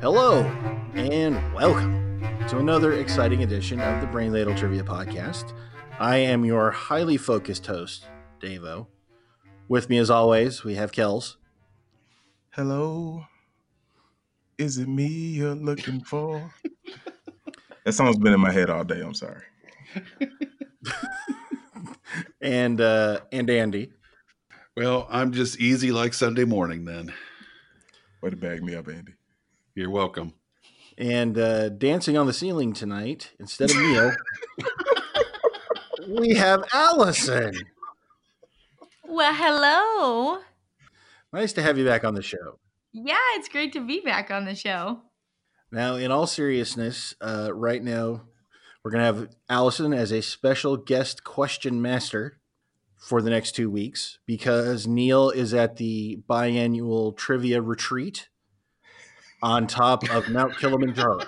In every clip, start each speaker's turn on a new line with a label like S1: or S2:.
S1: Hello and welcome to another exciting edition of the Brain Ladle Trivia Podcast. I am your highly focused host, Davo. With me, as always, we have Kells.
S2: Hello. Is it me you're looking for? that song's been in my head all day. I'm sorry.
S1: and uh, and Andy.
S3: Well, I'm just easy like Sunday morning then.
S2: Way to bag me up, Andy.
S3: You're welcome.
S1: And uh, dancing on the ceiling tonight instead of Neil, we have Allison.
S4: Well, hello.
S1: Nice to have you back on the show.
S4: Yeah, it's great to be back on the show.
S1: Now, in all seriousness, uh, right now we're going to have Allison as a special guest question master for the next two weeks because Neil is at the biannual trivia retreat on top of Mount Kilimanjaro.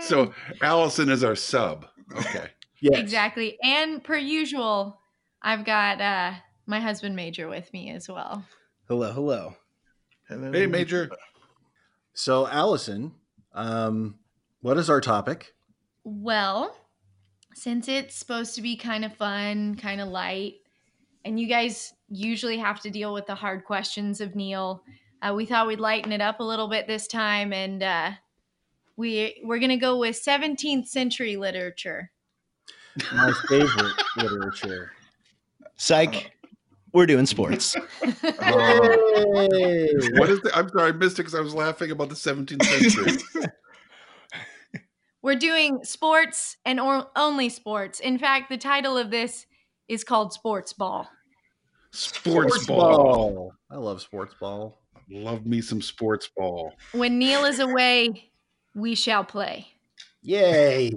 S3: So Allison is our sub. Okay.
S1: Yes.
S4: Exactly. And per usual, I've got uh my husband Major with me as well.
S5: Hello, hello.
S2: Hello.
S3: Hey, Major.
S1: So, Allison, um, what is our topic?
S4: Well, since it's supposed to be kind of fun, kind of light, and you guys usually have to deal with the hard questions of Neil, uh, we thought we'd lighten it up a little bit this time, and uh, we we're gonna go with 17th century literature.
S1: My favorite literature.
S5: Psych. We're doing sports.
S2: Oh,
S3: Uh,
S1: Yay!
S3: what is the, I'm sorry, I missed it because I was laughing about the 17th century.
S4: We're doing sports and or- only sports. In fact, the title of this is called Sports Ball.
S3: sports ball.
S1: I love sports ball.
S3: Love me some sports ball.
S4: When Neil is away, we shall play.
S1: Yay!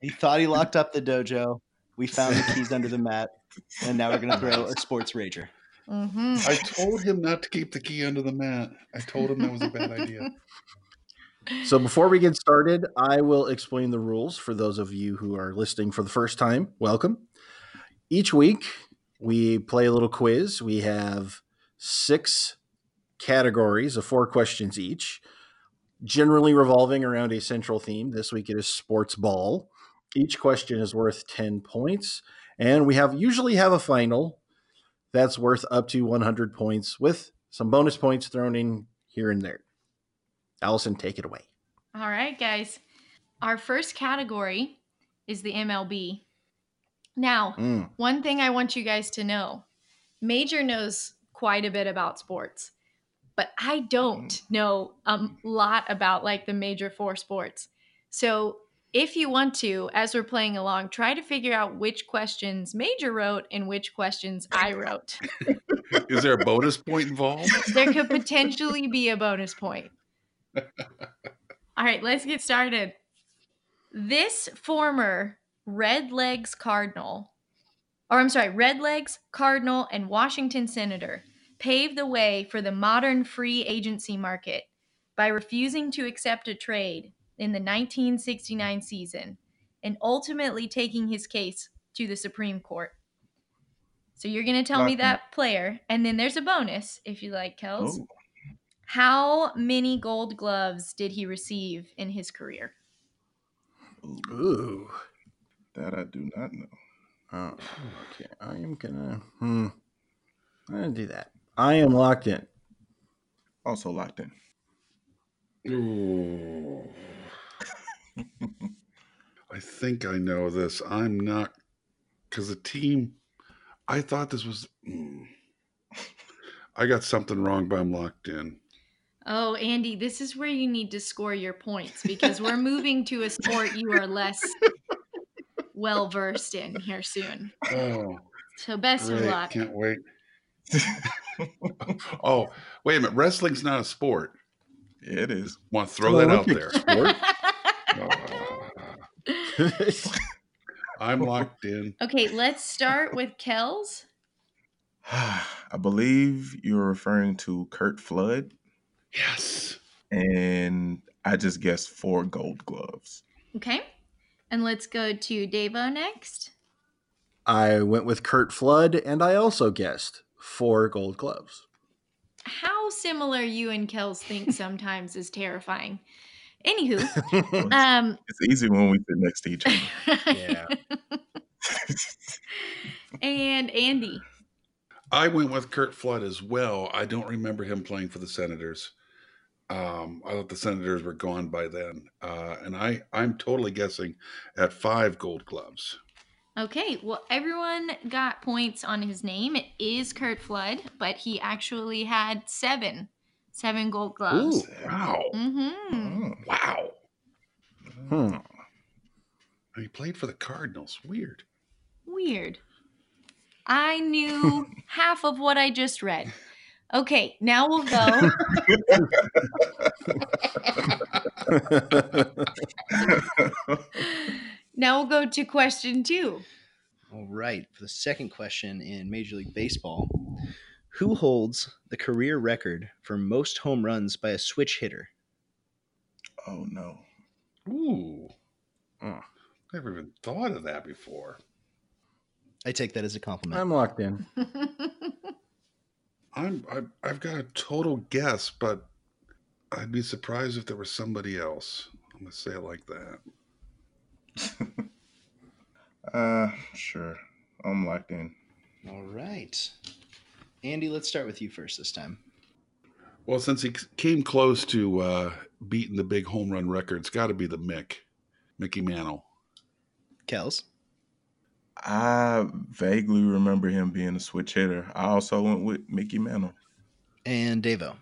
S5: he thought he locked up the dojo. We found the keys under the mat, and now we're gonna throw a sports rager.
S4: hmm
S3: I told him not to keep the key under the mat. I told him that was a bad idea.
S1: So, before we get started, I will explain the rules for those of you who are listening for the first time. Welcome. Each week, we play a little quiz. We have six categories of four questions each, generally revolving around a central theme. This week, it is sports ball. Each question is worth 10 points, and we have usually have a final that's worth up to 100 points with some bonus points thrown in here and there. Allison, take it away.
S4: All right, guys. Our first category is the MLB. Now,
S1: Mm.
S4: one thing I want you guys to know Major knows quite a bit about sports, but I don't know a lot about like the major four sports. So if you want to, as we're playing along, try to figure out which questions Major wrote and which questions I wrote.
S3: Is there a bonus point involved?
S4: There could potentially be a bonus point. All right, let's get started. This former Red Legs Cardinal, or I'm sorry, Red Legs Cardinal and Washington Senator paved the way for the modern free agency market by refusing to accept a trade in the 1969 season and ultimately taking his case to the Supreme Court. So you're going to tell me
S2: Lock 'em
S4: that player, and then there's a bonus if you like, Kels.
S2: Oh,
S4: How many gold gloves did he receive in his career?
S2: ooh,
S1: Ooh.
S2: that I do not know.
S1: Oh, okay. I am gonna. Hmm. I'm gonna do that. I am locked in.
S2: Also locked in.
S3: Ooh. I think I know this. I'm not because the team. I thought this was. mm. I got something wrong, but I'm locked in.
S4: Oh, Andy, this is where you need to score your points because we're moving to a sport you are less well versed in here soon.
S3: Oh,
S4: So best of
S3: great.
S4: luck.
S3: can't wait. oh, wait a minute. Wrestling's not a sport.
S2: Yeah, it is.
S3: Want to throw that out there? Ah, I'm locked in.
S4: okay, let's start with Kells.
S2: I believe you're referring to Kurt Flood,
S3: Yes.
S2: and I just guessed four gold gloves.
S4: Okay. And let's go to Davo next.
S1: I went with Kurt Flood, and I also guessed four Gold Gloves.
S4: how similar you and Kels think sometimes is terrifying. Anywho,
S1: yeah.
S4: um,
S2: It's easy when we sit next to each other.
S4: and Andy.
S3: I went with Kurt Flood as well. I don't remember him playing for the Senators. Um, I thought the Senators were gone by then, uh, and I I'm totally guessing at five Gold Gloves.
S4: Okay, well, everyone got points on his name. It is Kurt Flood, but he actually had seven, seven Gold
S1: Ooh.
S4: Gloves.
S3: Wow!
S4: Mm-hmm.
S2: Mm.
S3: Wow!
S1: Hmm.
S3: And He played for the Cardinals. Weird.
S4: Weird. I knew half of what I just read. Okay, now we'll go. now we'll go to question two.
S5: All right. For the second question in Major League Baseball, who holds the career record for most home runs by a switch hitter?
S2: Oh no.
S3: Ooh.
S1: Mm.
S3: Never even thought of that before.
S5: I take that as a compliment.
S1: I'm locked in.
S3: I'm I, I've got a total guess, but I'd be surprised if there was somebody else. I'm gonna say it like that.
S2: Uh, sure. I'm locked in.
S5: All right. Andy, let's start with you first this time.
S3: Well, since he c- came close to uh, beating the big home run record, it's got to be the Mick, Mickey Mantle.
S5: Kels.
S2: I vaguely remember him being a switch hitter. I also went with Mickey Mantle.
S5: And Devo.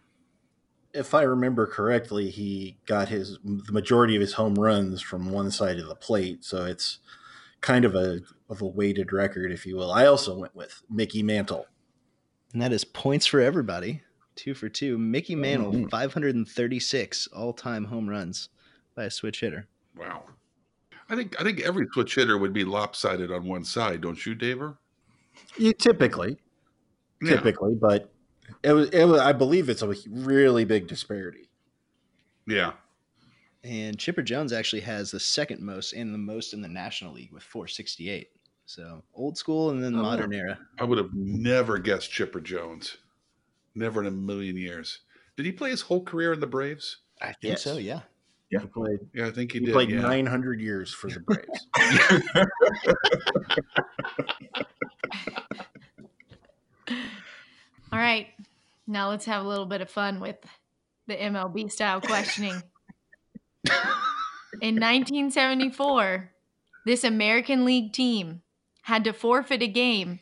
S1: If I remember correctly, he got his the majority of his home runs from one side of the plate, so it's kind of a of a weighted record, if you will. I also went with Mickey Mantle.
S5: And that is points for everybody. Two for two. Mickey Mantle,
S1: Mhm.
S5: 536 all time home runs by a switch hitter.
S3: Wow. I think I think every switch hitter would be lopsided on one side, don't you, Daver?
S1: You typically, typically, but it was, it was I believe it's a really big disparity.
S3: Yeah.
S5: And Chipper Jones actually has the second most and the most in the National League with 468. So old school and then
S3: Oh, wow.
S5: modern era.
S3: I would have never guessed Chipper Jones. Never in a million years. Did he play his whole career in the Braves?
S5: I think
S1: Yes.
S5: so, yeah.
S1: He played,
S3: Yeah, I think he,
S1: he
S3: did.
S1: played
S3: yeah.
S1: 900 years for the Braves.
S4: All right, now let's have a little bit of fun with the MLB style questioning. In 1974, this American League team had to forfeit a game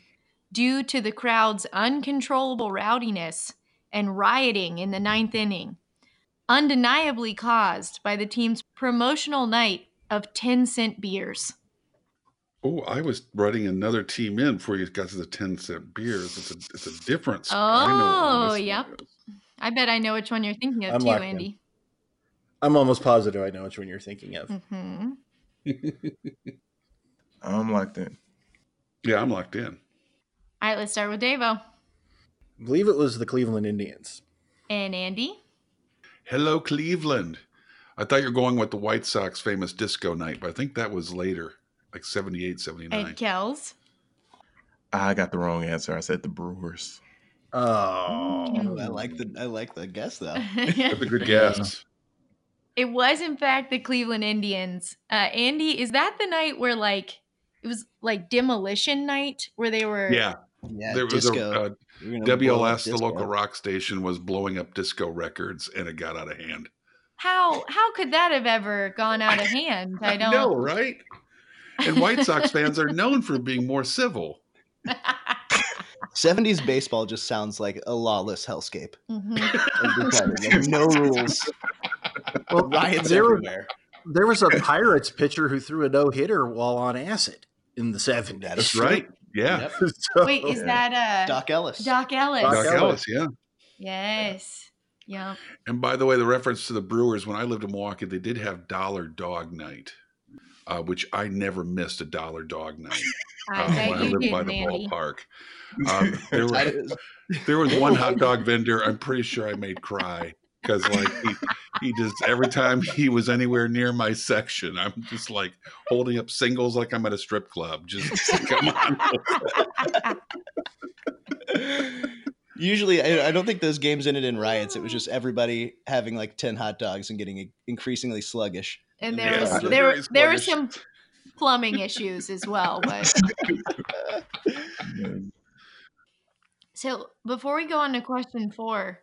S4: due to the crowd's uncontrollable rowdiness and rioting in the ninth inning, undeniably caused by the team's promotional night of 10 cent beers.
S3: Oh, I was writing another team in before you got to the ten cent beers. It's a it's a difference.
S4: Oh, yep. I bet I know which one you're thinking of
S1: I'm
S4: too,
S1: locked in.
S4: Andy.
S1: I'm almost positive I know which one you're thinking of.
S4: hmm
S2: I'm locked in.
S3: Yeah, I'm locked in.
S4: All right, let's start with Davo
S1: I believe it was the Cleveland Indians.
S4: and Andy.
S3: Hello, Cleveland. I thought you were going with the White Sox famous disco night, but I think that was later, like 78, 79.
S4: And Kells.
S2: I got the wrong answer. I said the Brewers.
S1: Oh,
S4: Hmm.
S5: Oh, I like the I like the guess though.
S3: That's a good guess.
S4: it was, in fact, the Cleveland Indians. Uh, Andy, is that the night where, like, it was like demolition night where they were?
S3: Yeah,
S5: Yeah,
S3: there was
S5: disco.
S3: a uh,
S5: We're gonna blow up
S3: WLS, the
S5: disco.
S3: local rock station, was blowing up disco records, and it got out of hand.
S4: How how could that have ever gone out of hand? I don't.
S3: know, right? And White Sox fans are known for being more civil.
S5: 70s baseball just sounds like a lawless hellscape.
S4: Mhm.
S5: Every time, like, no rules.
S1: well,
S5: Riots
S1: there,
S5: everywhere.
S1: there was a Pirates pitcher who threw a no hitter while on acid in the 70s.
S5: That
S3: That's
S5: is
S3: right. Yeah,
S5: Yep.
S1: So-
S4: Wait, is that uh, Doc,
S5: Doc Ellis.
S4: Ellis?
S1: Doc
S3: Doc
S1: Ellis.
S3: Ellis. Yeah.
S4: Yes. Yeah.
S3: And by the way, the reference to the Brewers, when I lived in Milwaukee, they did have Dollar Dog Night, uh, which I never missed a Dollar Dog Night
S4: I
S3: uh,
S4: bet
S3: when I
S4: you
S3: lived
S4: didn't,
S3: by the
S4: Andy.
S3: ballpark. Um, there,
S5: I,
S3: were, there was one hot dog vendor I'm pretty sure I made cry because like he, he just every time he was anywhere near my section, I'm just like holding up singles like I'm at a strip club. Just come on.
S5: Usually, I, I don't think those games ended in riots. It was just everybody having like ten hot dogs and getting increasingly sluggish.
S4: And there
S5: Yeah,
S4: was
S5: so
S4: there
S3: very
S4: there were some
S3: sluggish.
S4: plumbing issues as well. But so before we go on to question four,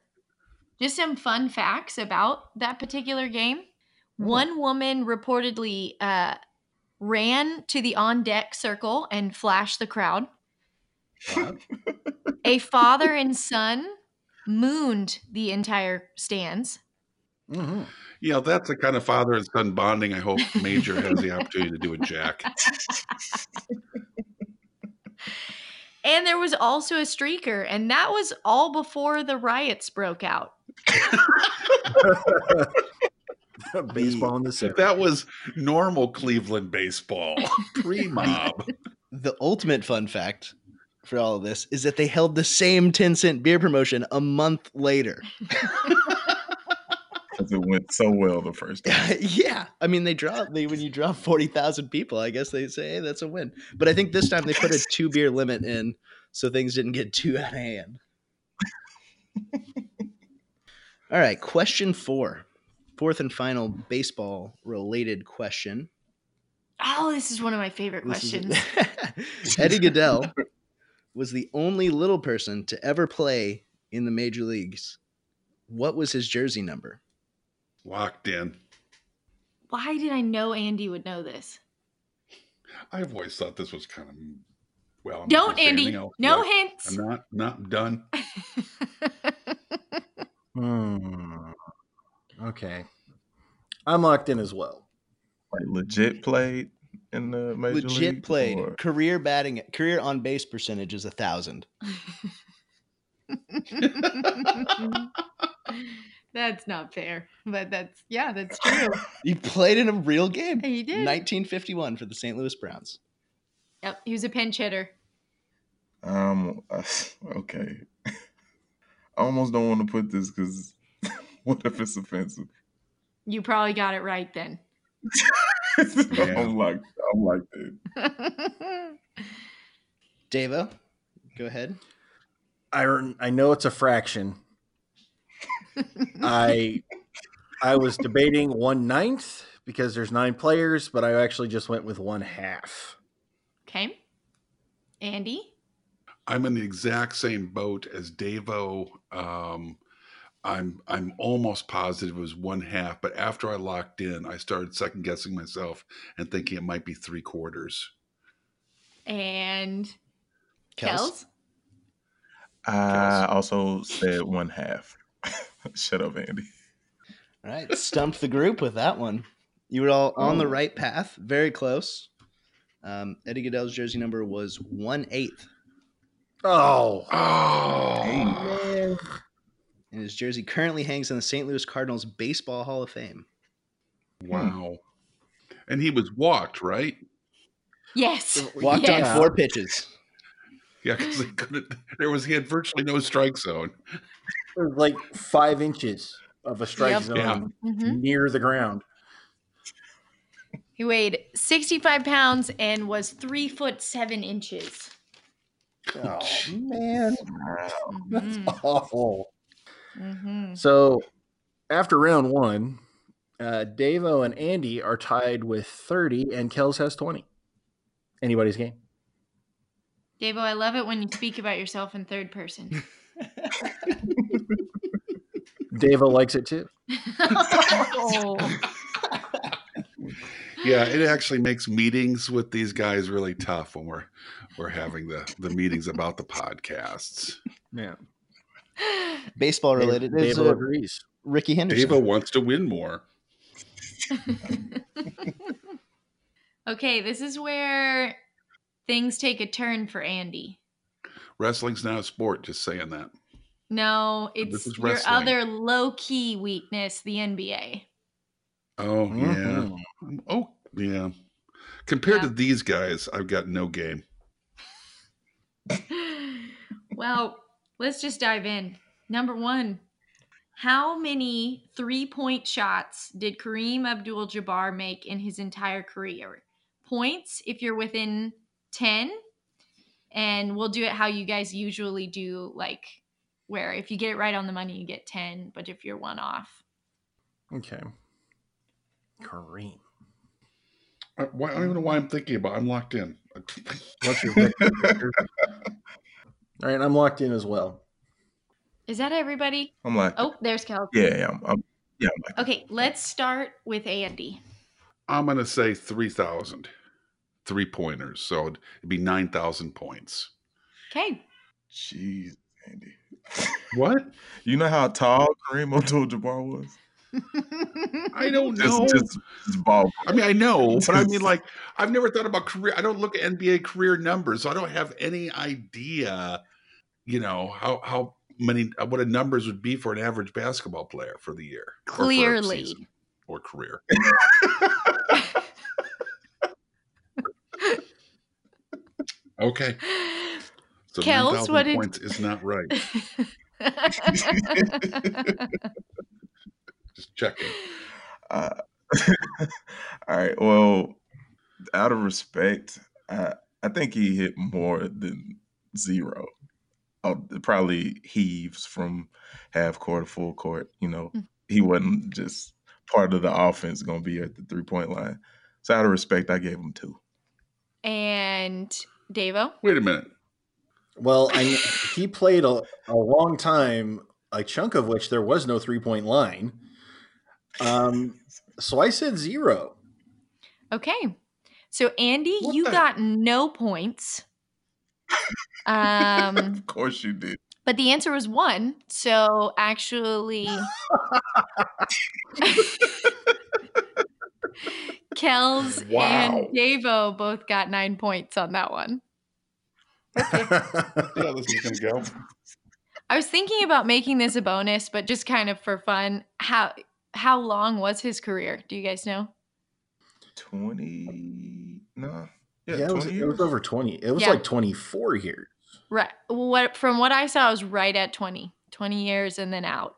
S4: just some fun facts about that particular game.
S5: Mm-hmm.
S4: One woman reportedly uh, ran to the on deck circle and flashed the crowd.
S1: Wow.
S4: A father and son mooned the entire stands.
S1: Mhm.
S3: You know, that's the kind of father and son bonding I hope Major has the opportunity to do with Jack.
S4: And there was also a streaker, and that was all before the riots broke out.
S1: Baseball in the city.
S3: That was normal Cleveland baseball, pre mob.
S5: The ultimate fun fact for all of this is that they held the same ten cent beer promotion a month later.
S2: because it went so well the first time.
S5: yeah, I mean they draw they when you draw forty thousand people, I guess they say hey, that's a win. But I think this time they put a two beer limit in, so things didn't get too out of hand. All right, question four, fourth and final baseball related question.
S4: Oh, this is one of my favorite
S5: This is-
S4: questions.
S5: Eddie Goodell was the only little person to ever play in the major leagues. What was his jersey number?
S3: Locked in.
S4: Why did I know Andy would know this?
S3: I've always thought this was kind of well. I'm not
S4: Don't,
S3: gonna say
S4: Andy.
S3: anything else,
S4: No
S3: but
S4: hints.
S3: I'm not. Not I'm done.
S1: Hmm. Okay. I'm locked in as well.
S2: Like legit played in the major
S5: Legit
S2: league,
S5: played
S2: or-
S5: career batting career on base percentage is a thousand.
S4: that's not fair, but that's yeah, that's true.
S5: He played in a real game.
S4: He did.
S5: 1951 for the St. Louis Browns.
S4: Yep, he was a pinch hitter.
S2: Um. Okay. I almost don't want to put this because what if it's offensive?
S4: You probably got it right then.
S3: Yeah.
S2: I'm like, I'm like, dude.
S5: Davo, go ahead.
S1: I rem- I know it's a fraction. I I was debating one ninth because there's nine players, but I actually just went with one half.
S4: okay, Andy.
S3: I'm in the exact same boat as Davo. Um, I'm I'm almost positive it was one half, but after I locked in, I started second guessing myself and thinking it might be three quarters.
S4: And
S5: Kels?
S4: Kels.
S2: I also said one half. Shut up, Andy.
S5: All right, stumped the group with that one. You were all on the right path, very close. Um, Eddie Goodell's jersey number was one eighth,
S1: Oh,
S3: Oh,
S1: man.
S5: and his jersey currently hangs in the St. Louis Cardinals Baseball Hall of Fame.
S3: wow! And he was walked, right?
S4: Yes.
S5: Walked
S4: Yes.
S5: on four pitches.
S3: Yeah, because he couldn't. There was he had virtually no strike zone.
S1: There's like five inches of a strike
S4: Yep.
S1: zone
S3: Yeah.
S4: Mhm.
S1: near the ground.
S4: He weighed 65 pounds and was three foot seven inches.
S1: Oh
S5: Mm-hmm.
S1: man, that's
S4: Mhm.
S1: awful.
S4: Mhm.
S1: Oh. So after round one, uh, Davo and Andy are tied with 30, and Kels has 20. Anybody's game.
S4: Davo, oh, I love it when you speak about yourself in third person.
S1: Davo likes it too.
S4: Oh.
S3: Yeah, it actually makes meetings with these guys really tough when we're we're having the the meetings about the podcasts.
S1: Yeah.
S5: Baseball related is
S1: Davo
S5: uh,
S1: agrees.
S5: Ricky Henderson.
S3: Davo wants to win more.
S4: okay, this is where things take a turn for Andy.
S3: Wrestling's not a sport. Just saying that.
S4: No,
S3: This
S4: it's
S3: is
S4: your
S3: wrestling.
S4: other low key weakness, the NBA.
S3: Oh
S1: Mhm.
S3: yeah. Oh yeah. Compared
S4: Yeah.
S3: to these guys, I've got no game.
S4: well, let's just dive in. Number one, how many three point shots did Kareem Abdul Jabbar make in his entire career? Points if you're within 10. And we'll do it how you guys usually do, like where if you get it right on the money, you get 10, but if you're one off,
S1: Okay. Kareem.
S3: I, Uh, why, I don't even know why I'm thinking about. it. I'm locked in.
S1: What's your pick? All right, I'm locked in as well.
S4: is that everybody?
S2: I'm like,
S4: Oh, there's Cal.
S2: yeah, yeah, I'm, I'm- yeah. I'm like,
S4: Okay, let's start with Andy.
S3: I'm gonna say three thousand, three pointers. So it'd be nine thousand points.
S4: Okay.
S2: jeez, Andy.
S3: What?
S2: You know how tall Kareem Abdul-Jabbar was?
S3: I don't
S2: Just,
S3: know.
S2: just, just ball.
S3: I mean, I know, but I mean, like, I've never thought about career. I don't look at NBA career numbers, so I don't have any idea, you know, how how many uh, what a numbers would be for an average basketball player for the year, or for a
S4: Clearly.
S3: season or career. Okay, so
S4: Kels,
S3: nine thousand
S4: what did-
S3: points is not right. Just checking.
S2: Uh, all right. Well, out of respect, I I think he hit more than zero. Uh, probably heaves from half court to full court. You know,
S4: Mm.
S2: he wasn't just part of the offense going to be at the three point line. So out of respect, I gave him two.
S4: and Davo?
S3: Wait a minute.
S1: Well, I, he played a, a long time, a chunk of which there was no three point line. Um, so I said zero.
S4: Okay. So Andy,
S3: What
S4: you
S3: the-
S4: got no points. Um,
S2: of course you did.
S4: but the answer was one. So actually, Kels
S3: Wow.
S4: and Davo both got nine points on that one.
S3: Yeah, this is gonna go.
S4: I was thinking about making this a bonus, but just kind of for fun. How how long was his career? Do you guys know?
S2: Twenty? No.
S1: yeah, it, was, it was over 20. It was
S4: Yeah.
S1: like 24 here.
S4: Right. What from what I saw it was right at 20. 20 years and then out.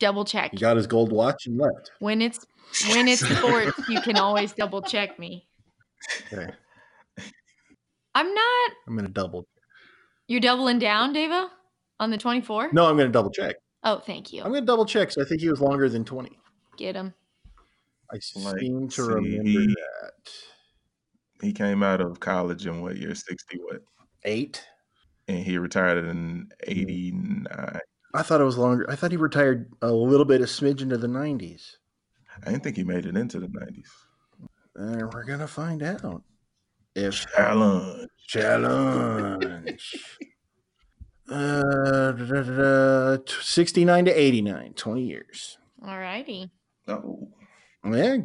S4: Double check.
S1: He got his gold watch and left.
S4: When it's when it's sports, you can always double check me.
S1: Okay,
S4: I'm not
S1: I'm going to double.
S4: you're doubling down, Davo? On the 24?
S1: No, I'm going to double check.
S4: Oh, thank you.
S1: I'm going to double check. So I think he was longer than 20.
S4: Get him.
S1: I
S2: Like,
S1: seem to
S2: see,
S1: remember
S2: he-
S1: that.
S2: He came out of college in what year? Sixty? What?
S1: Eight?
S2: and he retired
S1: Mm-hmm.
S2: in '89.
S1: I thought it was longer. I thought he retired a little bit, a smidge into the 90s.
S2: I didn't think he made it into the '90s.
S1: And Uh, we're going to find out if
S2: Challenge.
S1: challenge. Uh, da, da, da, da, t- 69 to 89, 20 years.
S4: All righty.
S2: Oh,
S1: Yeah,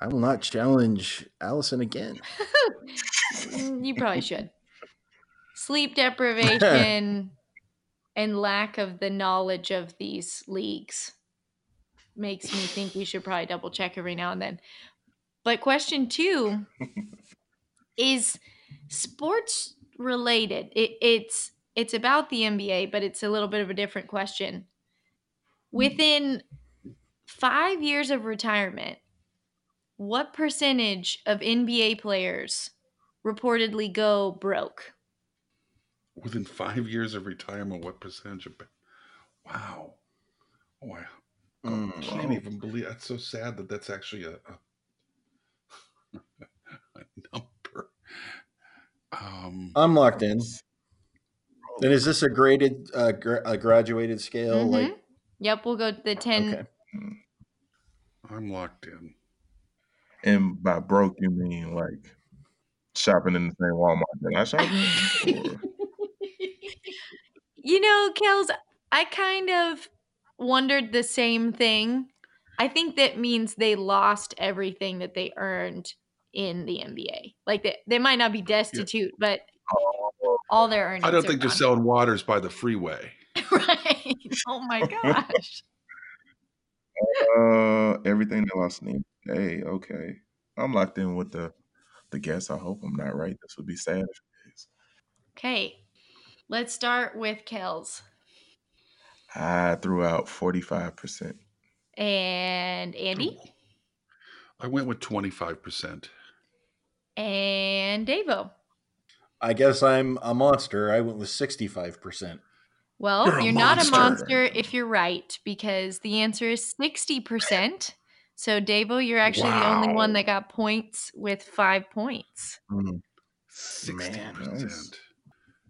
S1: I will not challenge Allison again.
S4: Mm, You probably should. Sleep deprivation and lack of the knowledge of these leagues makes me think we should probably double check every now and then. But question two is sports related. It, it's it's about the NBA, but it's a little bit of a different question. Within five years of retirement, what percentage of NBA players reportedly go broke?
S3: Within five years of retirement, what percentage of? Wow. Oh, I, I
S1: Mm.
S3: can't
S2: Wow.
S3: even believe. That's so sad that that's actually a, a, a number. Um,
S1: I'm locked in. And is this a graded, uh, gra- a graduated scale? Like,
S4: Mhm. Yep, we'll go to the 10.
S1: okay.
S3: I'm locked in.
S2: and by broke you mean like shopping in the same Walmart that I shop in? Or-
S4: You know, Kels, I kind of wondered the same thing. I think that means they lost everything that they earned in the NBA. Like they, they might not be destitute, but all their earnings.
S3: Oh, I don't
S4: are
S3: think they're
S4: gone.
S3: selling waters by the freeway.
S4: right. Oh my gosh.
S2: uh, everything they lost in the NBA. Okay, I'm locked in with the the guess. I hope I'm not right. This would be sad. if it is.
S4: Okay. Let's start with Kels
S2: I threw out 45 percent.
S4: and Andy
S3: Ooh. I went with 25%.
S4: and Davo.
S1: I guess I'm a monster. I went with 65%.
S4: Well,
S2: You're
S4: you're,
S2: a
S4: not a monster
S2: monster.
S4: if you're right, because the answer is 60%. So, Davo, you're actually the only one
S2: Wow.
S4: that got points with five points.
S1: Mm.
S3: Sixty
S2: nice.
S3: percent.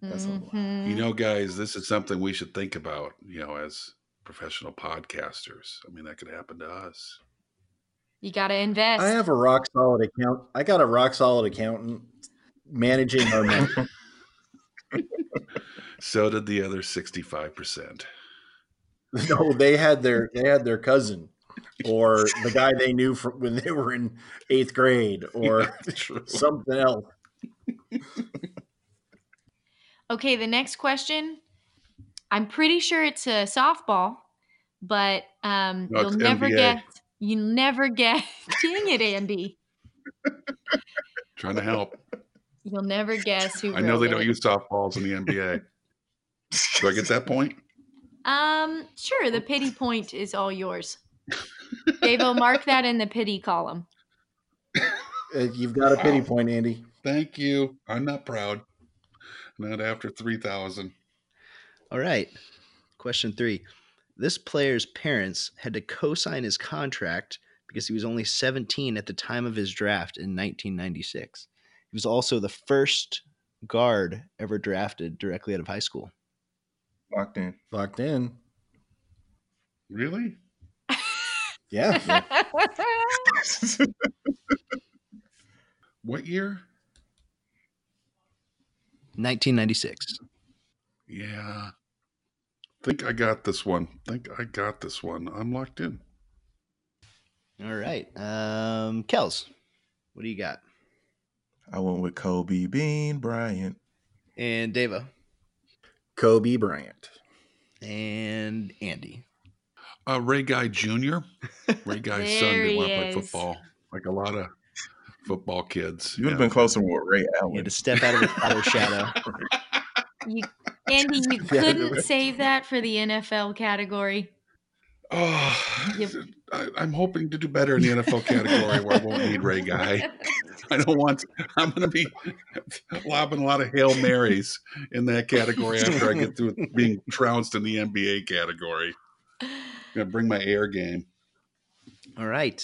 S2: That's a lot.
S4: Mhm.
S3: You know, guys, this is something we should think about. You know, as professional podcasters. I mean, that could happen to us.
S4: You got to invest.
S1: I have a rock solid account. I got a rock solid accountant managing our money.
S3: So did the other sixty-five percent.
S1: no, they had their they had their cousin or the guy they knew from when they were in eighth grade or
S3: True.
S1: something else.
S4: Okay, the next question. I'm pretty sure it's a softball, but um,
S3: No,
S4: you'll
S3: it's
S4: never
S3: NBA.
S4: guess. You'll never guess. Dang it, Andy.
S3: Trying to help.
S4: You'll never guess who.
S3: I know
S4: wrote
S3: they don't
S4: it.
S3: use softballs in the NBA. Do I get that point?
S4: Um, sure. The pity point is all yours. Davo, mark that in the pity column.
S1: Uh, You've got a pity
S3: Wow.
S1: point, Andy.
S3: Thank you. I'm not proud. Not after three thousand.
S5: All right. Question three. This player's parents had to co sign his contract because he was only 17 at the time of his draft in 1996. He was also the first guard ever drafted directly out of high school.
S2: Locked in.
S1: Locked in.
S3: Really?
S1: Yeah.
S3: What year?
S5: 1996.
S3: Yeah. Think I got this one. Think I got this one. I'm locked in.
S5: All right. Um, Kels, what do you got?
S2: I went with Kobe Bean Bryant.
S5: And Deva
S1: Kobe Bryant.
S5: and Andy.
S3: Uh, Ray Guy Jr. Ray Guy's son
S4: There
S3: didn't
S4: he
S3: want to play
S4: is.
S3: football, like a lot of football kids.
S2: You would have
S3: Yeah.
S2: been closer with Ray
S5: You had
S2: Allen.
S5: to step out of the father's shadow.
S4: you, Andy, you
S1: Yeah,
S4: couldn't
S1: really.
S4: save that for the NFL category.
S3: Oh,
S4: Yep.
S3: I, I'm hoping to do better in the NFL category where I won't need Ray Guy. I don't want. I'm going to be lobbing a lot of hail marys in that category after I get through with being trounced in the NBA category. Gonna bring my air game.
S5: All right.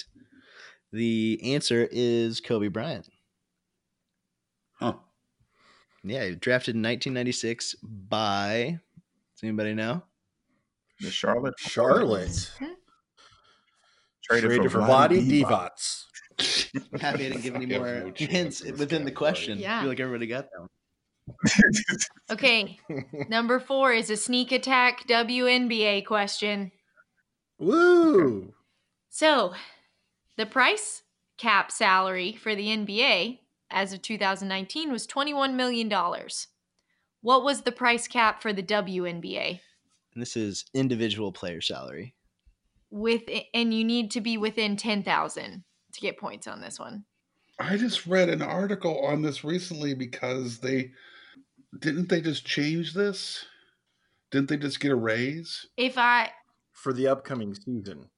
S5: The answer is Kobe Bryant.
S3: Huh.
S5: Yeah, he was drafted in 1996 by. Does anybody know?
S2: The Charlotte
S1: Charlotte.
S2: traded, for, Vlade
S1: Vlade
S2: Divac.
S1: Divac.
S5: Happy I didn't give any
S3: I have
S5: more
S3: no chance
S5: hints
S3: in this
S5: within the
S3: category.
S5: question.
S4: Yeah.
S5: I feel like everybody got that one.
S4: Okay, number four is a sneak attack WNBA question.
S1: Woo!
S4: So, the price cap salary for the NBA as of 2019 was $21 million. What was the price cap for the WNBA?
S5: And this is individual player salary.
S4: With and you need to be within 10,000 to get points on this one.
S3: I just read an article on this recently because they didn't they just change this? Didn't they just get a raise?
S4: If I
S1: For the upcoming season.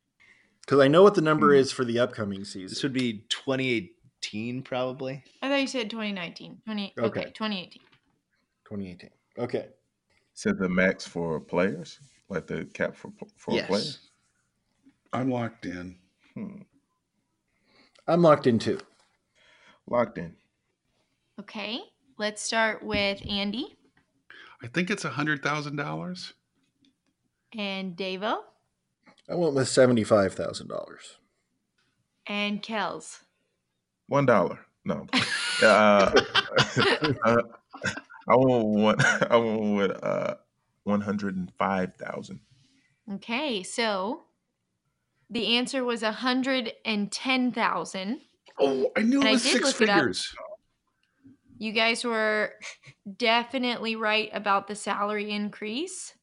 S1: Because I know what the number is for the upcoming
S5: This
S1: season.
S5: would be 2018, probably.
S4: I thought you said 2019. 20, okay.
S1: Okay.
S4: 2018.
S1: 2018. Okay.
S2: Said the max for players, like the cap for for
S5: yes.
S2: players.
S3: I'm locked in.
S2: Hmm.
S1: I'm locked in too.
S2: Locked in.
S4: Okay. Let's start with Andy
S3: I think it's a hundred thousand dollars.
S4: and Davo
S1: I went with $75,000.
S4: and Kels.
S2: One dollar. No. uh, uh, I want one. I want with uh, one hundred and five thousand.
S4: Okay, so the answer was a hundred and ten thousand.
S3: Oh, I knew
S4: And I
S3: it was
S4: did
S3: six
S4: look it up.
S3: figures.
S4: You guys were definitely right about the salary increase.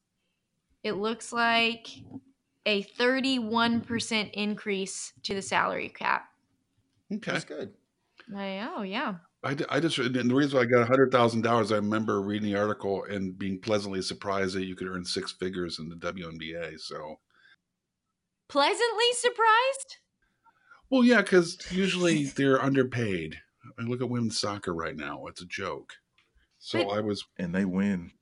S4: It looks like a thirty-one percent increase to the salary cap.
S3: Okay.
S1: That's good.
S4: I- Oh yeah.
S3: I, d- I just and the reason why I got hundred thousand dollars. I remember reading the article and being pleasantly surprised that you could earn six figures in the WNBA. So,
S4: Pleasantly surprised?
S3: well, yeah, because usually they're underpaid. I mean, look at women's soccer right now; it's a joke. So
S4: But-
S3: I was
S2: and they win.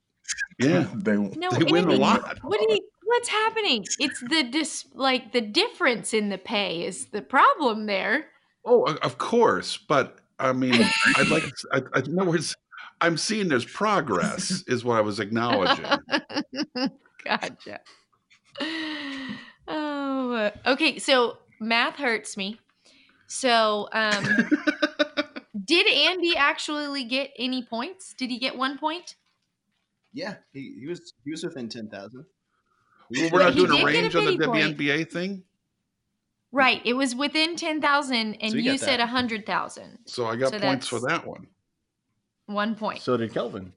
S3: Yeah.
S2: they won't.
S4: No,
S3: They
S4: and
S3: win
S4: I
S3: a
S4: think-
S3: lot.
S4: What do you, what's happening? It's the dis like the difference in the pay is the problem there.
S3: Oh, o- of course, but I mean, I'd like. to s- I, I, in other words, I'm seeing there's progress, is what I was acknowledging.
S4: gotcha. Oh, uh, okay. So math hurts me. So, um, did Andy actually get any points? Did he get one point?
S5: Yeah, he, he was he was within ten thousand.
S3: Well, we're
S4: But
S3: not
S4: he
S3: doing
S4: did
S3: a
S4: get a
S3: range on the
S4: pity point.
S3: WNBA thing,
S4: Right. It was within ten thousand, and
S5: So he
S4: you
S5: got
S4: said
S5: that.
S4: a hundred thousand.
S3: so I got
S4: So
S3: points for
S4: that's-
S3: that one.
S4: One point.
S1: So did Kelvin.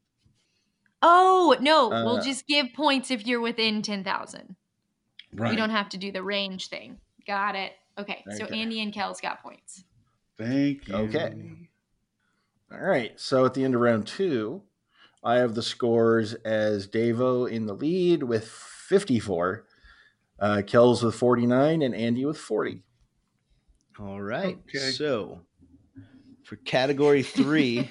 S4: oh no,
S1: Uh,
S4: we'll just give points if you're within ten thousand.
S3: Right.
S4: We don't have to do the range thing. Got it. Okay. So
S1: Okay.
S4: Andy and Kel's got points.
S3: Thank you.
S1: Okay. All right. So at the end of round two, I have the scores as Davo in the lead with 54, uh, Kells with 49, and Andy with 40.
S5: All right.
S3: Okay.
S5: So for category three,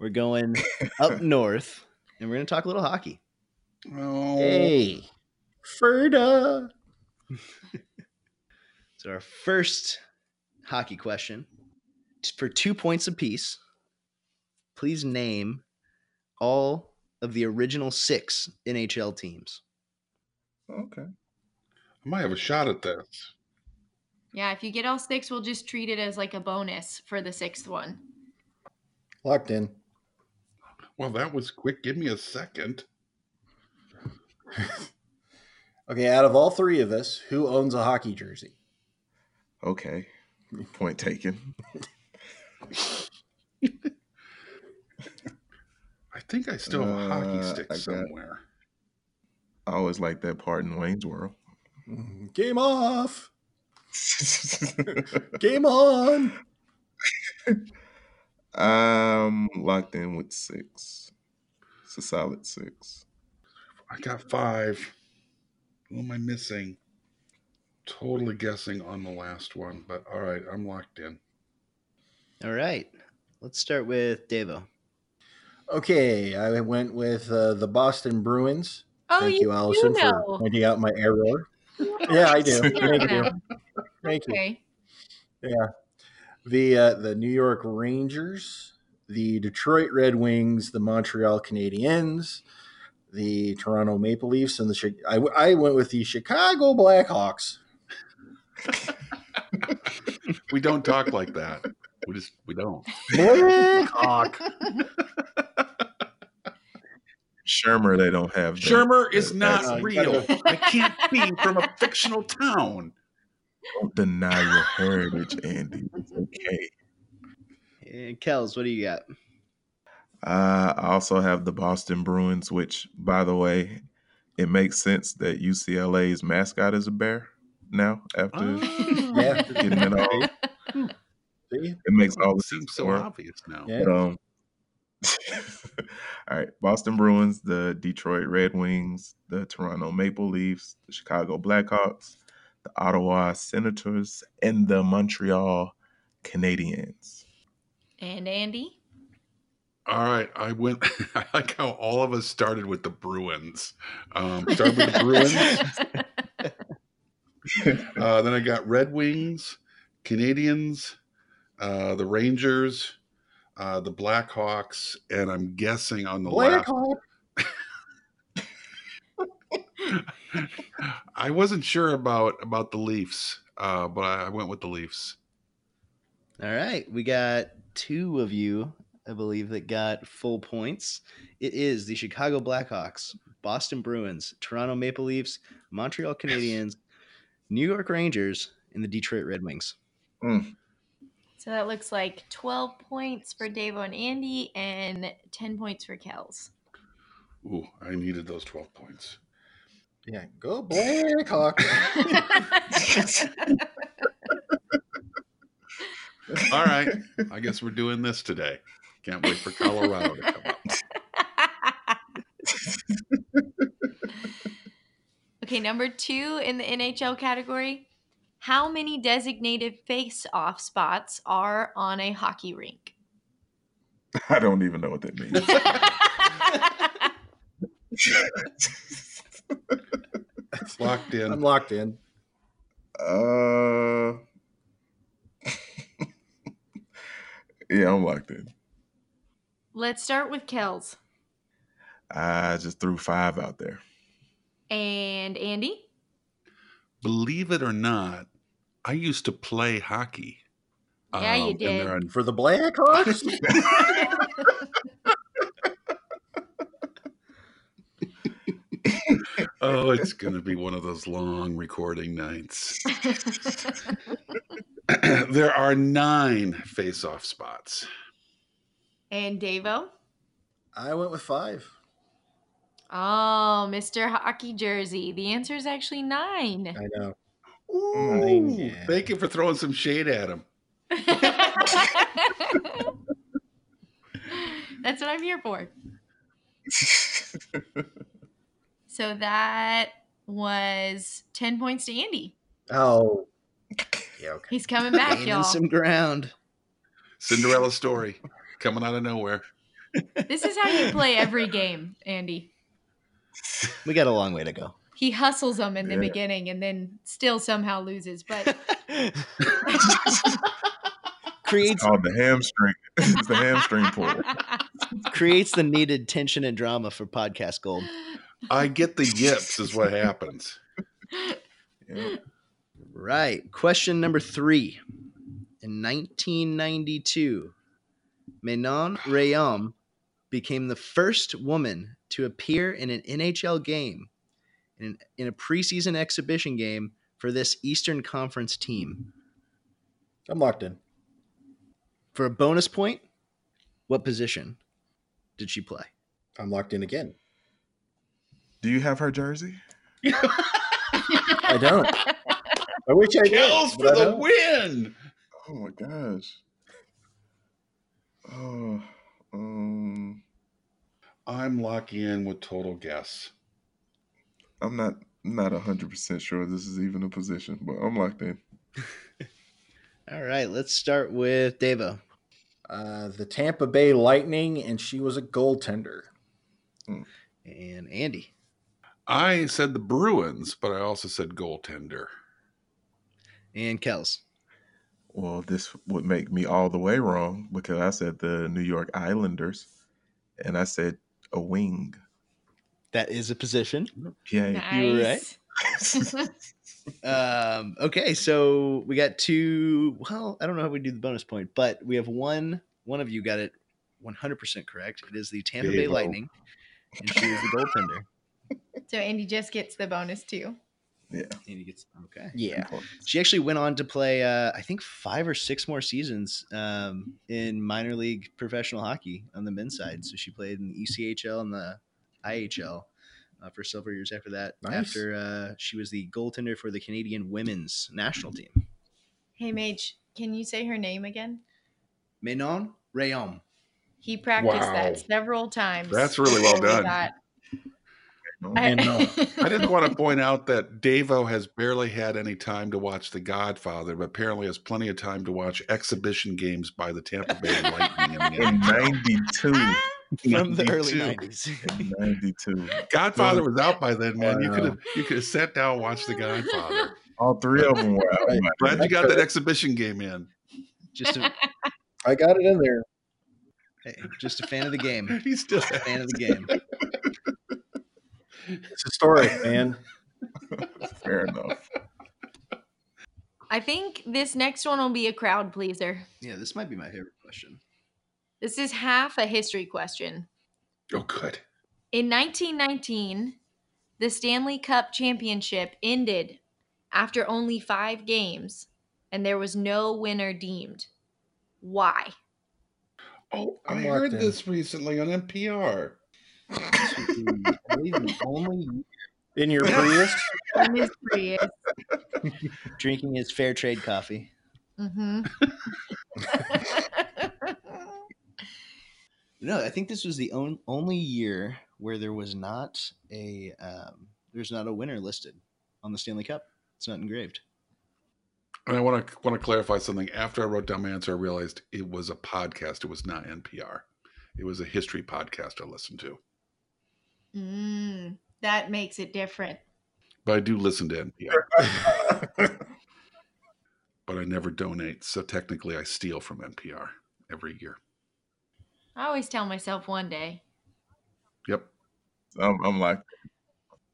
S5: we're going up north, and we're going to talk a little hockey.
S3: Oh,
S1: Hey, Ferda.
S5: So our first hockey question t- for two points apiece. Please name all of the original six NHL teams.
S2: Okay.
S3: I might have a shot at this.
S4: Yeah, if you get all six, we'll just treat it as like a bonus for the sixth one.
S1: Locked in.
S3: Well, that was quick. Give me a second.
S1: Okay. Out of all three of us, who owns a hockey jersey?
S2: Okay. Point taken.
S3: I think I still have a hockey
S2: Uh,
S3: stick
S2: I got-
S3: somewhere.
S2: I always like that part in Wayne's World.
S1: Game off. Game on.
S2: I'm locked in with six. It's a solid six.
S3: I got five. Who am I missing? Totally guessing on the last one, but all right, I'm locked in.
S5: All right. Let's start with Devo.
S1: Okay. I went with uh, the Boston Bruins.
S4: Oh,
S1: Thank
S4: you,
S1: you, Allison,
S4: do
S1: for
S4: know.
S1: pointing out my error.
S4: You
S1: Yeah, I do.
S4: actually know
S1: Thank you.
S4: that.
S1: Thank you.
S4: Okay.
S1: the uh, the New York Rangers, the Detroit Red Wings, the Montreal Canadiens, the Toronto Maple Leafs, and the Chi- I, w- I went with the Chicago Blackhawks.
S3: We don't talk like that. We just we don't.
S1: Blackhawk.
S2: Shermer, they don't have. that-
S3: Shermer
S2: that-
S3: is not
S2: accent.
S3: real. I can't be from a fictional town.
S2: Don't deny your heritage, Andy. It's okay.
S5: And Kels, what do you got?
S2: Uh, I also have the Boston Bruins, which, by the way, it makes sense that UCLA's mascot is a bear now. After
S1: Yeah.
S2: getting it all, it
S1: See?
S2: makes all the sense.
S3: seems so
S2: in the world.
S3: obvious now.
S1: Yeah.
S2: But, um, all right, Boston Bruins, the Detroit Red Wings, the Toronto Maple Leafs, the Chicago Blackhawks, the Ottawa Senators, and the Montreal Canadiens.
S4: And Andy.
S3: All right, I went. I like how all of us started with the Bruins. Um, started with the Bruins. Uh, then I got Red Wings, Canadians, uh, the Rangers, uh, the Blackhawks, and I'm guessing on the last.
S1: Blackhawk.
S3: I wasn't sure about about the Leafs, uh, but I, I went with the Leafs.
S5: All right. We got two of you, I believe, that got full points. It is the Chicago Blackhawks, Boston Bruins, Toronto Maple Leafs, Montreal Canadiens, New York Rangers, and the Detroit Red Wings.
S2: Mm,
S4: so that looks like 12 points for Davo and Andy and 10 points for Kels.
S3: Ooh, I needed those twelve points.
S1: Yeah, go Blackhawk.
S3: All right, I guess we're doing this today. Can't wait for Colorado to come up.
S4: okay, number two in the NHL category. How many designated face off spots are on a hockey rink?
S2: I don't even know what that means.
S3: Locked
S1: I'm
S3: in.
S1: locked in.
S2: Uh, yeah, I'm locked in.
S4: Let's start with Kells
S2: I just threw five out there.
S4: and Andy.
S3: Believe it or not, I used to play hockey. um,
S4: Yeah, you
S3: and there are-
S1: For the Blackhawks?
S3: oh, it's going to be one of those long recording nights. there are nine face-off spots.
S4: and Davo.
S1: I went with five.
S4: Oh, Mr. Hockey Jersey. The answer is actually nine.
S1: I know.
S3: Ooh,
S1: yeah.
S3: thank you for throwing some shade at him.
S4: That's what I'm here for. So that was 10 points to Andy.
S1: Oh. Yeah, okay.
S4: He's coming back,
S5: Gaining
S4: y'all.
S5: some ground.
S3: Cinderella story coming out of nowhere.
S4: This is how you play every game, Andy.
S5: We got a long way to go.
S4: He hustles them in the
S2: Yeah.
S4: beginning and then still somehow loses. But
S5: creates
S2: Oh, the hamstring. it's the hamstring pull.
S5: creates the needed tension and drama for podcast gold.
S3: I get the yips is what happens.
S2: Yeah.
S5: Right. Question number three. In 1992, Manon Rayom became the first woman to appear in an NHL game, in, an, in a preseason exhibition game for this Eastern Conference team.
S1: I'm locked in.
S5: For a bonus point, what position did she play?
S1: I'm locked in again.
S2: Do you have her jersey?
S1: I don't. I wish I did.
S3: Kills
S1: but
S3: for
S1: I
S3: the
S1: don't.
S3: win.
S2: Oh my gosh. Oh, um,
S3: I'm locking in with total guess.
S2: I'm not I'm not hundred percent sure this is even a position, but I'm locked in.
S5: All right, let's start with Devo.
S1: Uh, the Tampa Bay Lightning, and she was a goaltender.
S5: And Andy.
S3: I said the Bruins, but I also said goaltender.
S5: And Kels.
S2: Well, this would make me all the way wrong because I said the New York Islanders, and I said a wing.
S5: That is a position.
S2: Yay!
S5: You were
S4: nice.
S5: Um, okay, so we got two. Well, I don't know how we do the bonus point, but we have one. One of you got it 100% correct. It is the Tampa Bay
S3: Devo.
S5: Lightning, and she is the goaltender.
S4: So Andy just gets the bonus too.
S2: yeah.
S5: And he gets okay.
S1: Yeah.
S5: She actually went on to play, uh, I think, five or six more seasons um, in minor league professional hockey on the men's side. So she played in the E ECHL and the IHL uh, for several years after that.
S1: Nice.
S5: After uh, she was the goaltender for the Canadian women's national team.
S4: Hey Mage, can you say her name again?
S5: Menon Rayom.
S4: He practiced
S3: Wow.
S4: that several times.
S3: That's really well
S4: before we
S3: done.
S4: got-
S1: I know.
S3: I just want to point out that Davo has barely had any time to watch The Godfather, but apparently has plenty of time to watch exhibition games by the Tampa Bay Lightning. in the
S2: In '92,
S3: NFL.
S5: from the early
S3: 92.
S5: 90s.
S2: in '92,
S3: Godfather was out by then, man. You
S1: Wow.
S3: could have you could have sat down and watched The Godfather.
S2: all three of them were out.
S1: Right.
S2: by
S3: Glad
S2: then.
S3: you got that exhibition game in.
S5: Just a,
S1: I got it in there.
S5: hey, just a fan of the game.
S3: He still
S5: Fan of the game.
S1: It's historic, man.
S2: Fair enough.
S4: I think this next one will be a crowd pleaser.
S5: Yeah, this might be my favorite question.
S4: This is half a history question.
S3: Oh, good.
S4: In 1919, the Stanley Cup championship ended after only five games, and there was no winner deemed. Why?
S3: Oh,
S1: I'm
S3: I heard
S1: locked in.
S3: this recently on NPR.
S5: This would be, I believe, the only
S1: In your Prius?
S4: I'm just curious.
S5: drinking his fair trade coffee.
S1: mm-hmm.
S4: Mhm.
S5: No, I think this was the on, only year where there was not a um, there's not a winner listed on the Stanley Cup. It's not engraved.
S3: And I want to want to clarify something. After I wrote down my answer, I realized it was a podcast. It was not NPR. It was a history podcast I listened to.
S4: Mm, that makes it different.
S3: But I do listen to NPR, but I never donate. So technically, I steal from NPR every year.
S4: I always tell myself one day.
S3: Yep.
S2: I'm, I'm like,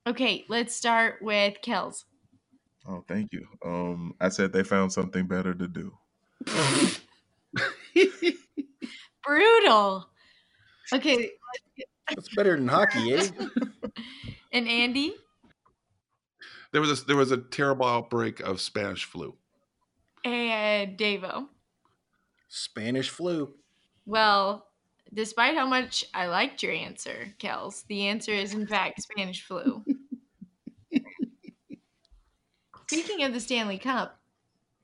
S4: Okay, let's start with Kells.
S2: oh, thank you. Um, I said they found something better to do.
S4: Brutal. Okay,
S1: That's better than hockey, eh?
S4: and Andy?
S3: There was a, there was a terrible outbreak of Spanish flu.
S4: And Davo.
S1: Spanish flu.
S4: Well, despite how much I liked your answer, Kels, the answer is in fact Spanish flu. Speaking of the Stanley Cup,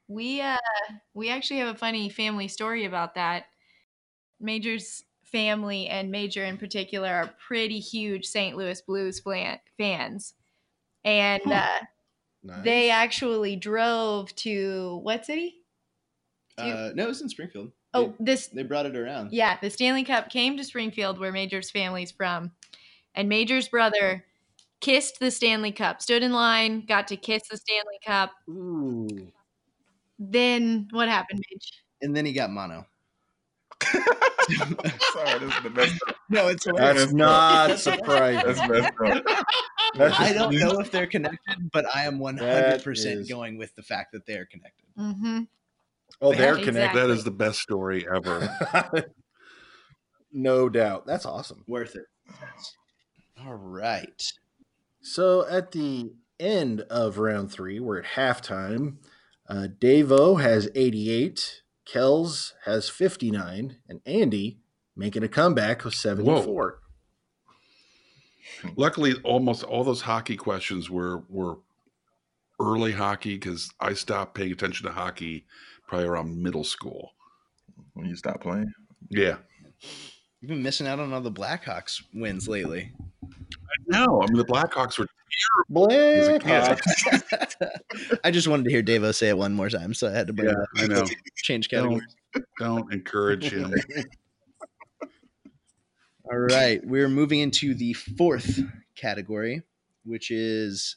S4: we uh we actually have a funny family story about that. Major's family and Major in particular are pretty huge St. Louis Blues fan- fans. And
S3: Hmm.
S4: uh,
S5: Nice.
S4: they actually drove to what city? do you-
S5: uh, no, it's in Springfield.
S4: Oh, this
S5: they, they brought it around.
S4: Yeah, the Stanley Cup came to Springfield, where Major's family's from, and Major's brother kissed the Stanley Cup, stood in line, got to kiss the Stanley Cup.
S1: Ooh.
S4: Then what happened, Mage?
S5: and then he got mono.
S2: Sorry, this is the best. Up.
S5: No, it's
S2: hilarious.
S1: That's not
S2: That's
S1: surprising.
S2: messed up. That's
S5: I don't know if they're connected, but I am one hundred percent
S1: is-
S5: going with the fact that they are connected.
S4: Mm-hmm.
S1: Oh, they're
S4: Yeah,
S1: connected.
S3: That is the best story ever.
S1: no doubt. That's awesome.
S5: Worth it. All right.
S1: So at the end of round three, we're at halftime. Uh, Davo has 88, Kells has 59, and Andy making a comeback with 74.
S3: Luckily, almost all those hockey questions were were early hockey because I stopped paying attention to hockey probably around middle school.
S2: When you stop playing,
S3: Yeah.
S5: You've been missing out on all the Blackhawks wins lately.
S3: No, I mean the Blackhawks were
S1: Blackhawks.
S5: I just wanted to hear Davo say it one more time, so I had to bring
S3: Yeah,
S5: it up.
S3: I know.
S5: Change category.
S3: Don't don't encourage him.
S5: All right, we're moving into the fourth category, which is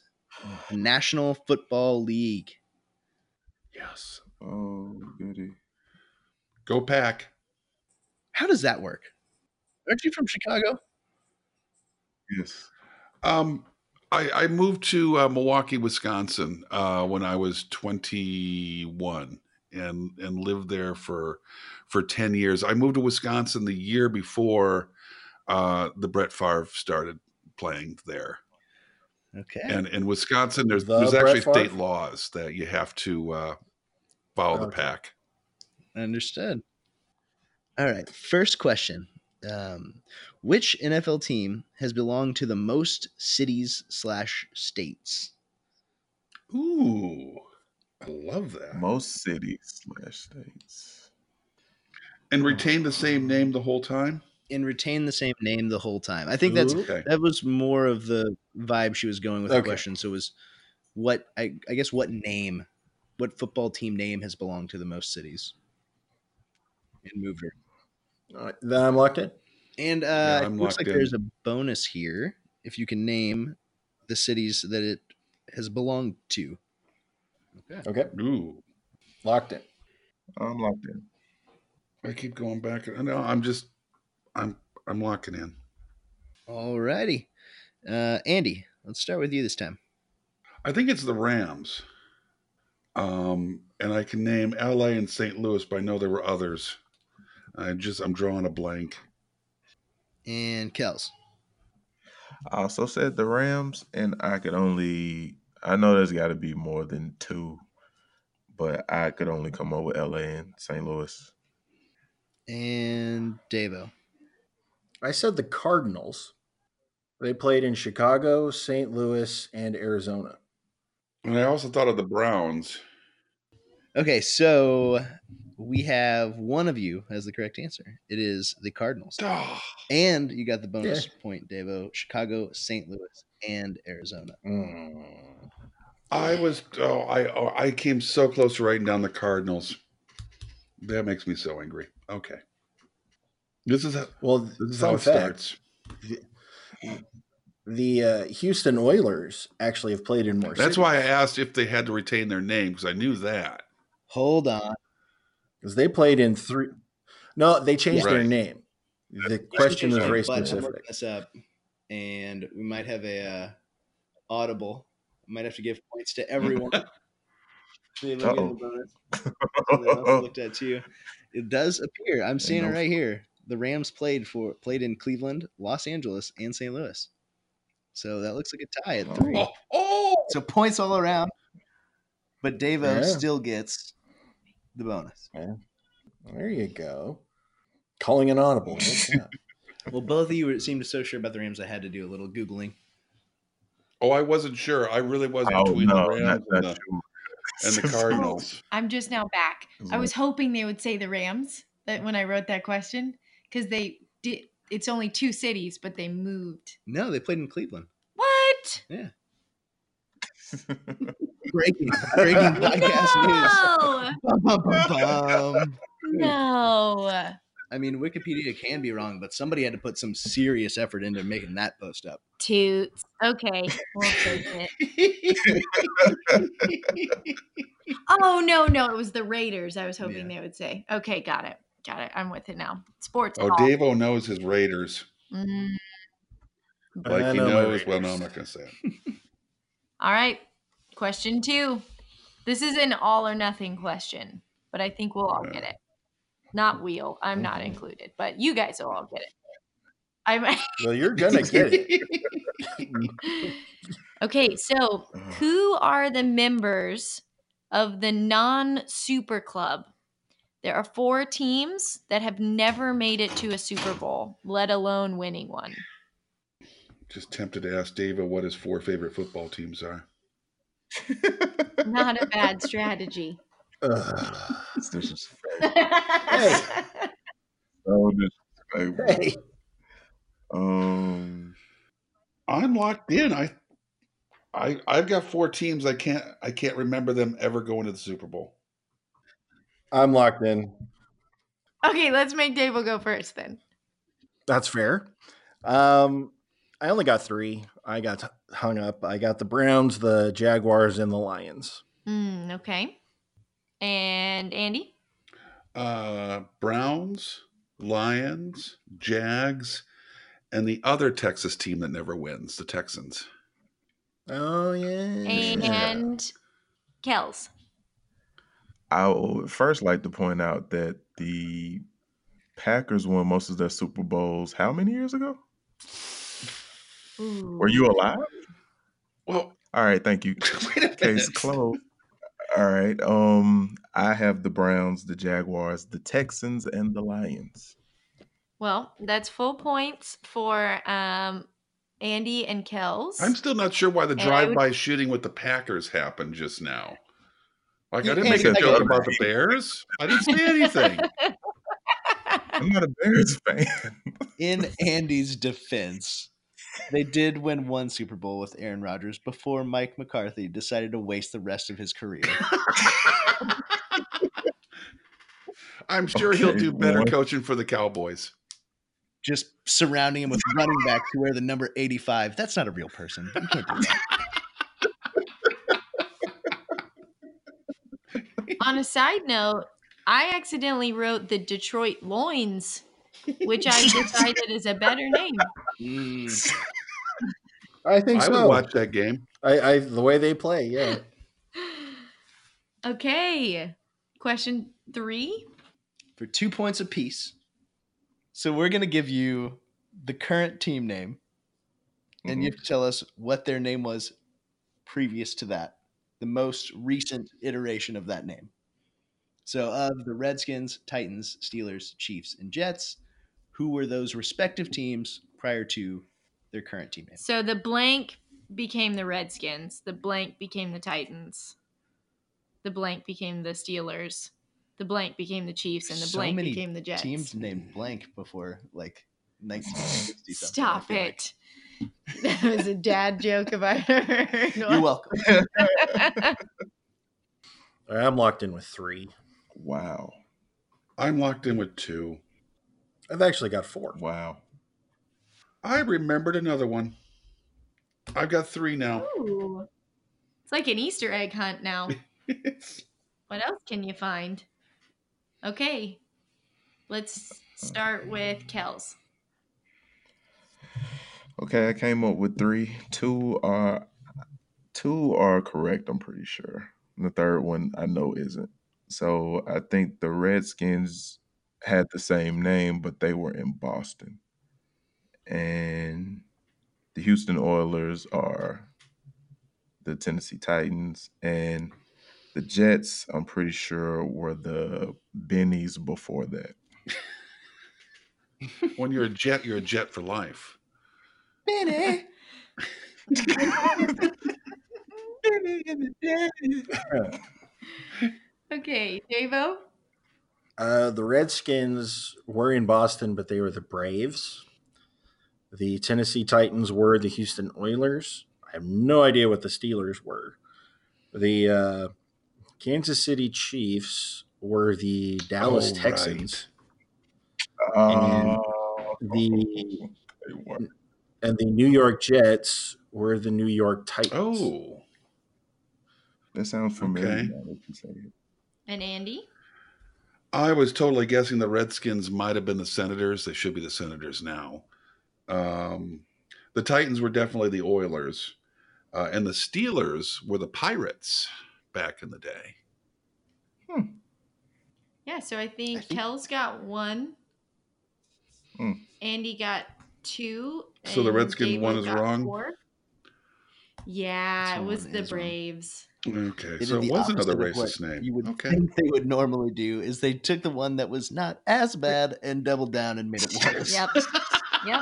S5: the National Football League.
S3: yes.
S2: oh goody.
S3: Go pack.
S5: How does that work? Aren't you from Chicago?
S2: Yes.
S3: Um, I, I moved to uh, Milwaukee, Wisconsin, uh, when I was 21, and and lived there for for 10 years. I moved to Wisconsin the year before uh, the Brett Favre started playing there.
S5: Okay.
S3: And in Wisconsin, there's
S1: The
S3: there's
S1: Brett
S3: actually
S1: Favre?
S3: state laws that you have to uh, follow the
S1: Okay.
S3: pack.
S5: Understood. All right. First question: um, Which NFL team has belonged to the most cities slash states?
S3: Ooh, I love that.
S2: Most cities slash states.
S3: and retain the same name the whole time.
S5: And retain the same name the whole time. I think that's
S1: Ooh.
S3: Okay.
S5: that was more of the vibe she was going with the
S1: Okay.
S5: question. So it was what I, I guess what name, what football team name has belonged to the most cities and moved her.
S1: All right, then I'm locked in.
S5: And uh,
S3: Yeah,
S5: it
S3: I'm
S5: looks
S3: locked
S5: like
S3: in.
S5: there's a bonus here if you can name the cities that it has belonged to. Okay.
S1: Okay.
S3: Ooh,
S1: Locked in.
S2: I'm locked in.
S3: I keep going back. No, I'm just, I'm, I'm locking in.
S5: All righty. Uh, Andy, let's start with you this time.
S3: I think it's the Rams. Um, and I can name LA and St. Louis, but I know there were others. I just, I'm drawing a blank.
S5: And Kels.
S2: I also said the Rams, and I could only I know there's got to be more than two, but I could only come up with LA and St. Louis.
S5: And Davo.
S1: I said the Cardinals. They played in Chicago, St. Louis, and Arizona.
S3: And I also thought of the Browns.
S5: Okay, so we have one of you has the correct answer. It is the Cardinals.
S3: Ah,
S5: And you got the bonus point, Davo. Chicago, St. Louis, and Arizona.
S1: Mm.
S3: I was, oh, I, oh, I came so close to writing down the Cardinals. That makes me so angry. Okay. This is how,
S1: Well,
S3: this is
S1: fun
S3: how it
S1: fact,
S3: starts.
S1: the uh, Houston Oilers actually have played in more.
S3: That's why I asked if they had to retain their name because I knew that.
S5: Hold on.
S1: because they played in three. No, they changed their
S3: Right.
S1: name. The question is
S5: Sorry,
S1: race
S5: but I'm
S1: specific.
S5: looking this up, and we might have a uh, audible. I might have to give points to everyone. See if I get the
S2: Uh-oh.
S5: bonus. that I also looked at too. It does appear. I'm seeing it
S2: no-
S5: right here. The Rams played for played in Cleveland, Los Angeles, and St. Louis. So that looks like a tie at three.
S3: Oh, oh!
S5: So points all around. But Davo
S1: Yeah.
S5: still gets the bonus.
S1: There you go. Calling an audible. What's that?
S5: Well, both of you were- seemed so sure about the Rams, I had to do a little googling.
S3: oh, I wasn't sure. I really was
S2: Oh,
S3: between
S2: no,
S3: the Rams
S2: not,
S3: and,
S2: not
S3: the,
S2: you.
S3: and the Cardinals. Oh,
S4: I'm just now back. I was hoping they would say the Rams that when I wrote that question because they did. It's only two cities, but they moved.
S5: No, they played in Cleveland.
S4: What?
S5: Breaking breaking podcast news.
S4: No,
S5: Bum, bum, bum, bum.
S4: no.
S5: I mean, Wikipedia can be wrong, but somebody had to put some serious effort into making that post up.
S4: Toots. Okay, we'll take it. Oh no, no, it was the Raiders. I was hoping they would say. Okay, got it, got it. I'm with it now. Sports.
S3: Oh,
S4: ball.
S3: Davo knows his Raiders.
S4: Mm.
S3: Like
S1: I
S3: he
S1: know my
S3: knows. Well, no,
S1: Raiders.
S3: I'm not going to say it.
S4: All right. Question two. This is an all or nothing question, but I think we'll all get it. Not wheel. I'm not included, but you guys will all get it. I'm
S1: Well, you're gonna get it.
S4: okay. So,
S2: Ugh.
S4: who are the members of the non super club? There are four teams that have never made it to a Super Bowl, let alone winning one.
S3: Just tempted to ask Davo what his four favorite football teams are.
S4: Not a bad strategy.
S1: Ugh.
S2: It's disrespectful.
S4: Hey.
S2: So disrespectful.
S1: Hey,
S2: Um,
S3: I'm locked in. I, I, I've got four teams. I can't. I can't remember them ever going to the Super Bowl.
S1: I'm locked in.
S4: Okay, let's make Dable go first then.
S1: That's fair. Um, I only got three. I got hung up. I got the Browns, the Jaguars, and the Lions.
S4: Mm, okay. And Andy?
S3: Uh, Browns, Lions, Jags, and the other Texas team that never wins, the Texans.
S1: Oh yeah.
S4: And Kells.
S2: I would first like to point out that the Packers won most of their Super Bowls how many years ago? Were you alive?
S3: Well,
S2: All right, thank you.
S3: wait a
S2: Case
S3: minute.
S2: closed. All right. Um, I have the Browns, the Jaguars, the Texans, and the Lions.
S4: Well, that's full points for um, Andy and Kells.
S3: I'm still not sure why the
S4: And I
S3: drive-by shooting with the Packers happened just now. Like I didn't
S5: Yeah,
S3: make a
S2: because-
S3: joke about the Bears. I didn't say anything.
S2: I'm not a Bears fan.
S5: in Andy's defense, they did win one Super Bowl with Aaron Rodgers before Mike McCarthy decided to waste the rest of his career.
S3: I'm sure he'll
S2: Okay,
S3: do better
S2: what?
S3: coaching for the Cowboys.
S5: Just surrounding him with running backs who wear the number 85. That's not a real person. You can't do that.
S4: On a side note, I accidentally wrote the Detroit Loins, which I decided is a better name.
S5: Mm,
S1: I think
S3: I would
S1: so.
S3: watch that game.
S1: I, I the way they play. Yeah.
S4: Okay. Question three.
S5: for two points apiece. So we're going to give you the current team name,
S2: Mm-hmm.
S5: and you have to tell us what their name was previous to that, the most recent iteration of that name. So, of the Redskins, Titans, Steelers, Chiefs, and Jets, who were those respective teams prior to their current team name?
S4: So the blank became the Redskins. The blank became the Titans. The blank became the Steelers. The blank became the Chiefs, and the
S5: So
S4: blank
S5: many
S4: became the Jets.
S5: Teams named blank before like 1960 something. I
S4: Stop
S5: feel like.
S4: it. that was a dad joke if I heard.
S5: You're
S4: one.
S5: welcome.
S1: All right, I'm locked in with three.
S2: Wow.
S3: I'm locked in with two.
S1: I've actually got four.
S2: Wow.
S3: I remembered another one. I've got three now.
S4: Ooh. It's like an Easter egg hunt now. what else can you find? Okay. Let's start with Kels.
S2: Okay, I came up with three. Two are two are correct, I'm pretty sure. And the third one I know isn't. So I think the Redskins had the same name, but they were in Boston. And the Houston Oilers are the Tennessee Titans. And the Jets, I'm pretty sure, were the Bennies before that.
S3: when you're a jet, you're a jet for life.
S2: Benny. Benny and the Jets.
S4: Okay, Davo.
S1: Uh, the Redskins were in Boston, but they were the Braves. The Tennessee Titans were the Houston Oilers. I have no idea what the Steelers were. The uh, Kansas City Chiefs were the Dallas
S3: Oh, right.
S1: Texans,
S2: Uh,
S3: Oh.
S1: the-
S2: they were.
S1: and the New York Jets were the New York Titans.
S3: Oh,
S2: that sounds familiar.
S3: Okay.
S2: now that you say it.
S4: And Andy.
S3: I was totally guessing the Redskins might have been the Senators. They should be the Senators now. Um, the Titans were definitely the Oilers, uh, and the Steelers were the Pirates back in the day.
S4: Yeah, so I think,
S5: I think-
S4: Kels got one.
S2: Hmm.
S4: Andy got two.
S3: So the
S4: and
S3: Redskin one
S4: Davo
S3: is
S4: got
S3: wrong?
S4: four. Yeah,
S5: This
S4: it was
S5: one
S4: the
S5: is wrong.
S4: Braves.
S3: Okay,
S5: They
S3: so
S5: did
S3: it
S5: the
S3: was another
S5: opposite of what
S3: racist name.
S5: You would
S3: okay,
S5: think they would normally do is they took the one that was not as bad and doubled down and made it worse.
S4: Yep. yep.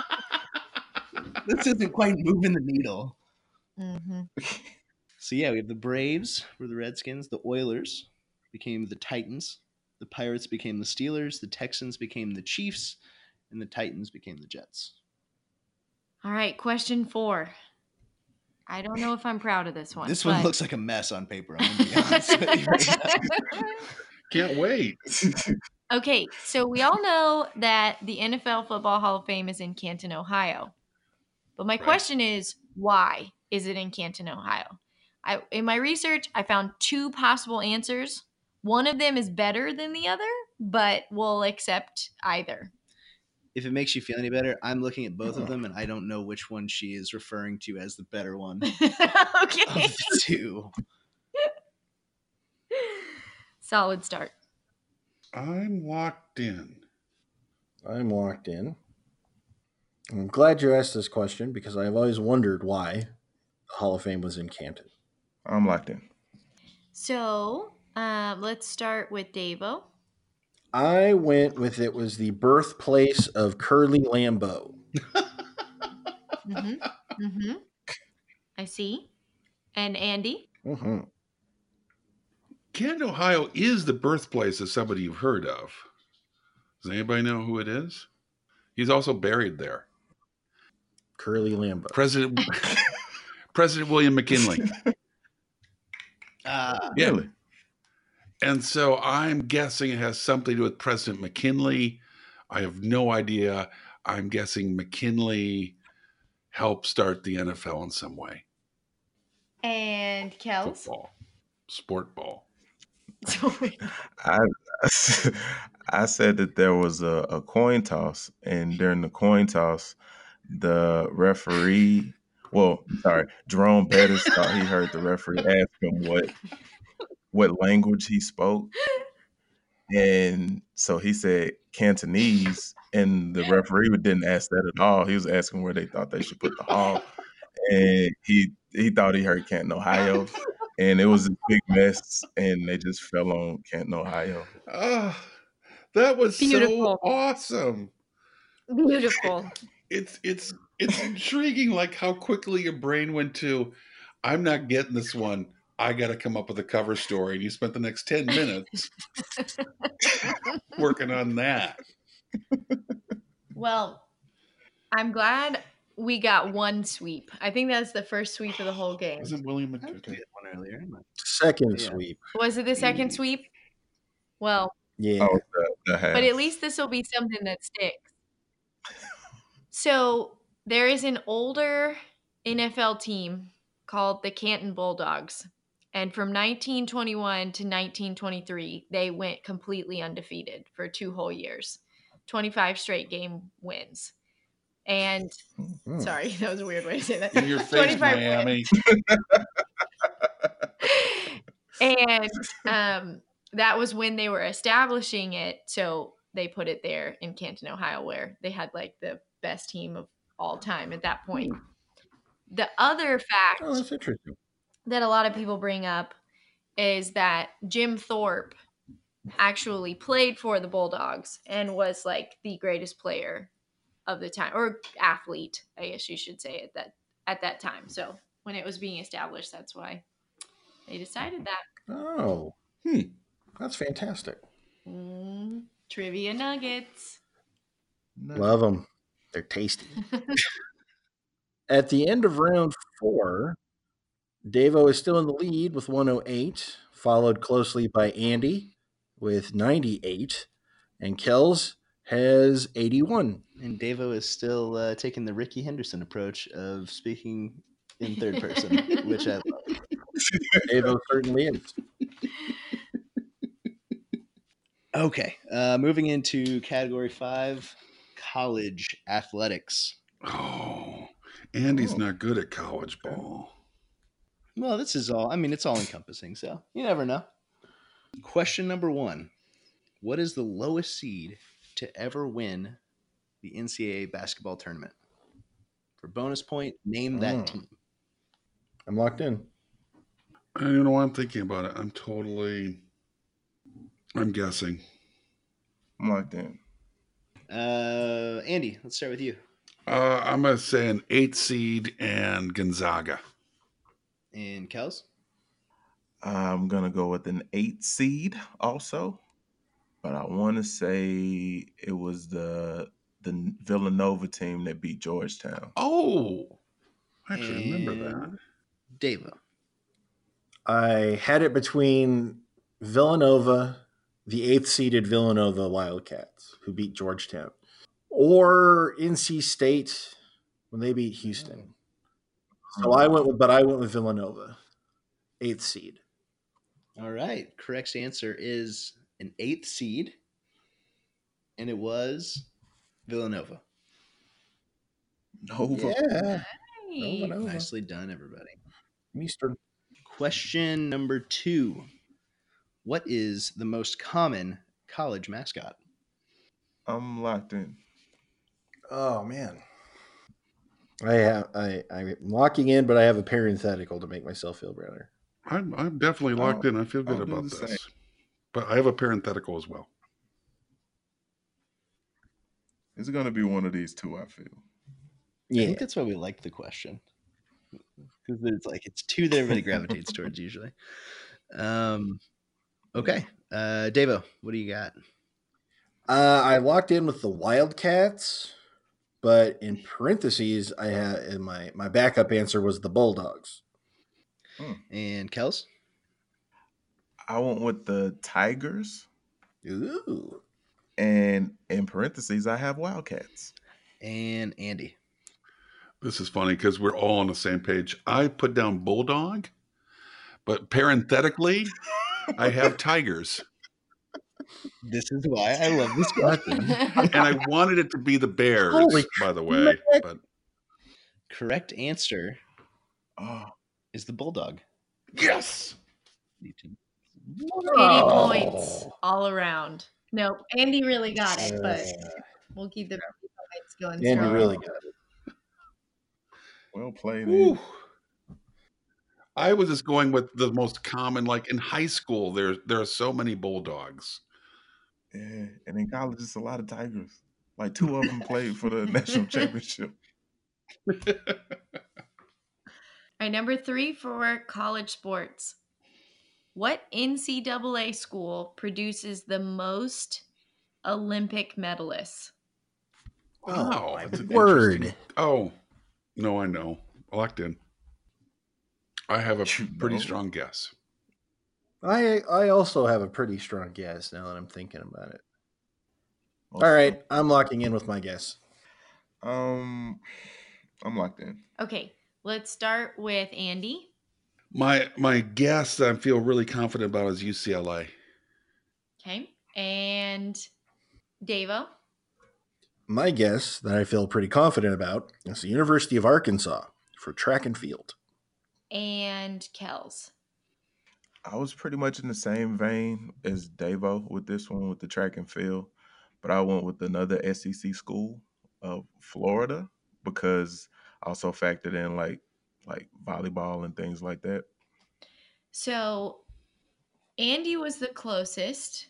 S5: This isn't quite moving the needle.
S4: Mm-hmm.
S5: So yeah, we have the Braves were the Redskins, the Oilers became the Titans, the Pirates became the Steelers, the Texans became the Chiefs, and the Titans became the Jets.
S4: All right, question four. I don't know if I'm proud of this one.
S5: this one
S4: but-
S5: looks like a mess on paper. I'm gonna be honest with you right now.
S3: can't wait.
S4: okay, so we all know that the NFL Football Hall of Fame is in Canton, Ohio. But my
S3: Right.
S4: question is, why is it in Canton, Ohio? I, in my research, I found two possible answers. One of them is better than the other, but we'll accept either.
S5: If it makes you feel any better, I'm looking at both of them and I don't know which one she is referring to as the better one of
S4: okay.
S5: the two.
S4: Solid start.
S3: I'm locked in.
S1: I'm locked in. I'm glad you asked this question because I've always wondered why the Hall of Fame was in Canton.
S2: I'm locked in.
S4: So uh, let's start with Davo.
S1: I went with it was the birthplace of Curly Lambeau.
S4: hmm hmm I see. And Andy.
S1: hmm
S3: Canton, Ohio is the birthplace of somebody you've heard of. Does anybody know who it is? He's also buried there.
S1: Curly Lambeau.
S3: President President William McKinley.
S5: Uh,
S3: Yeah.
S2: Really?
S3: And so I'm guessing it has something to do with President McKinley. I have no idea. I'm guessing McKinley helped start the NFL in some way.
S4: And Kels.
S3: Football, sport ball.
S2: I I said that there was a, a coin toss, and during the coin toss, the referee, well, sorry, Jerome Bettis thought he heard the referee ask him what what language he spoke, and so he said Cantonese, and the referee didn't ask that at all. He was asking where they thought they should put the hall, and he he thought he heard Canton, Ohio, and it was a big mess, and they just fell on Canton, Ohio.
S3: Ah, that was
S4: Beautiful.
S3: so awesome.
S4: Beautiful.
S3: It's it's it's intriguing, like how quickly your brain went to. I'm not getting this one. I got to come up with a cover story, and you spent the next ten minutes working on that.
S4: well, I'm glad we got one sweep. I think that's the first sweep of the whole game.
S3: Wasn't William
S5: I did
S3: McKinley?
S5: one earlier. I'm not-
S1: Second
S5: Yeah.
S1: sweep.
S4: Was it the second sweep? Well,
S1: Yeah.
S2: Oh, the, the half.
S4: but at least this will be something that sticks. So there is an older NFL team called the Canton Bulldogs. And from 1921 to 1923, they went completely undefeated for two whole years, 25 straight game wins. And
S2: Mhm.
S4: sorry, that was a weird way to say that.
S3: Mm-hmm. In your face,
S4: 25
S3: Miami.
S4: wins. and um, that was when they were establishing it. So they put it there in Canton, Ohio, where they had like the best team of all time at that point. The other fact
S1: Oh, that's interesting.
S4: that a lot of people bring up is that Jim Thorpe actually played for the Bulldogs and was like the greatest player of the time or athlete, I guess you should say at that at that time. So when it was being established, that's why they decided that.
S1: Oh,
S2: Hmm.
S1: that's fantastic.
S4: Mm, trivia nuggets.
S3: Hmm.
S1: Love them. They're tasty. At the end of round four, Davo is still in the lead with 108, followed closely by Andy with 98, and Kells has 81.
S5: And Davo is still uh, taking the Ricky Henderson approach of speaking in third person, which I love.
S1: Davo certainly is.
S5: Okay, uh, moving into category five, college athletics.
S3: Oh, Andy's
S2: Oh.
S3: not good at college ball.
S5: Well, this is all. I mean, it's all encompassing, so you never know. Question number one: What is the lowest seed to ever win the NCAA basketball tournament? For bonus point, name that
S1: Mm.
S5: team.
S1: I'm locked in.
S3: I don't know why I'm thinking about it. I'm totally. I'm guessing.
S2: I'm locked in.
S5: Uh, Andy, let's start with you.
S3: Uh, I'm gonna say an eight seed and Gonzaga.
S5: And Kels,
S2: I'm gonna go with an eight seed also, but I want to say it was the the Villanova team that beat Georgetown.
S3: Oh, I actually remember that.
S5: And- Davo.
S1: I had it between Villanova, the eighth seeded Villanova Wildcats, who beat Georgetown, or NC State when they beat Houston. So I went with, but I went with Villanova, eighth seed.
S5: All right. Correct answer is an eighth seed, and it was Villanova.
S2: Nova.
S1: Yeah,
S4: Nice.
S1: Villanova,
S5: Nicely done, everybody.
S1: Eastern.
S5: Question number two What is the most common college mascot?
S2: I'm locked in.
S1: Oh man, I have I I'm locking in, but I have a parenthetical to make myself feel better.
S3: I'm I'm definitely locked
S2: I'll-
S3: in. Oh, I feel good
S2: I'll do
S3: about
S2: the same.
S3: this, but I have a parenthetical as well.
S2: It's gonna be one of these two. I feel.
S5: I
S1: Yeah,
S5: think that's why we like the question. Because it's like it's two that everybody gravitates towards usually. Um, okay. Uh, Davo, what do you got?
S1: Uh, I locked in with the Wildcats, but in parentheses, I had in my my backup answer was the Bulldogs.
S5: And Kels?
S2: I went with the Tigers,
S1: Ooh,
S2: and in parentheses, I have Wildcats.
S5: And Andy.
S3: This is funny because we're all on the same page. I put down bulldog, but parenthetically, I have tigers,
S5: This is why I love this question.
S4: Nice.
S3: and I wanted it to be the bears.
S1: Holy
S3: by the way,
S1: crap.
S3: but
S5: Correct answer
S2: Oh,
S5: is the Bulldog.
S3: yes,
S4: Eighty
S3: Oh.
S4: points all around. No, Andy really got it, but we'll keep the points going.
S1: Andy
S4: strong.
S1: really got it.
S2: well played.
S3: Whew.
S2: Andy.
S3: I was just going with the most common. Like in high school, there there are so many bulldogs.
S2: Yeah, and in college, it's a lot of Tigers. Like two of them played for the national championship.
S4: All right, number three for college sports. What NCAA school produces the most Olympic medalists?
S3: Wow,
S1: Oh my
S3: that's an
S1: word.
S3: interesting- Oh, no, I know. Locked in. I have a
S2: You
S3: pretty
S2: know.
S3: strong guess.
S1: I I also have a pretty strong guess now that I'm thinking about it.
S2: Most
S1: All
S2: of
S1: right, I'm locking in with my guess.
S2: them. Um, I'm locked in.
S4: Okay, Let's start with Andy.
S3: My my guess that I feel really confident about is UCLA.
S4: Okay. And Davo.
S1: My guess that I feel pretty confident about is the University of Arkansas for track and field.
S4: And Kels.
S2: I was pretty much in the same vein as Davo with this one with the track and field, but I went with another SEC school of Florida because I also factored in like like volleyball and things like that.
S4: So Andy was the closest.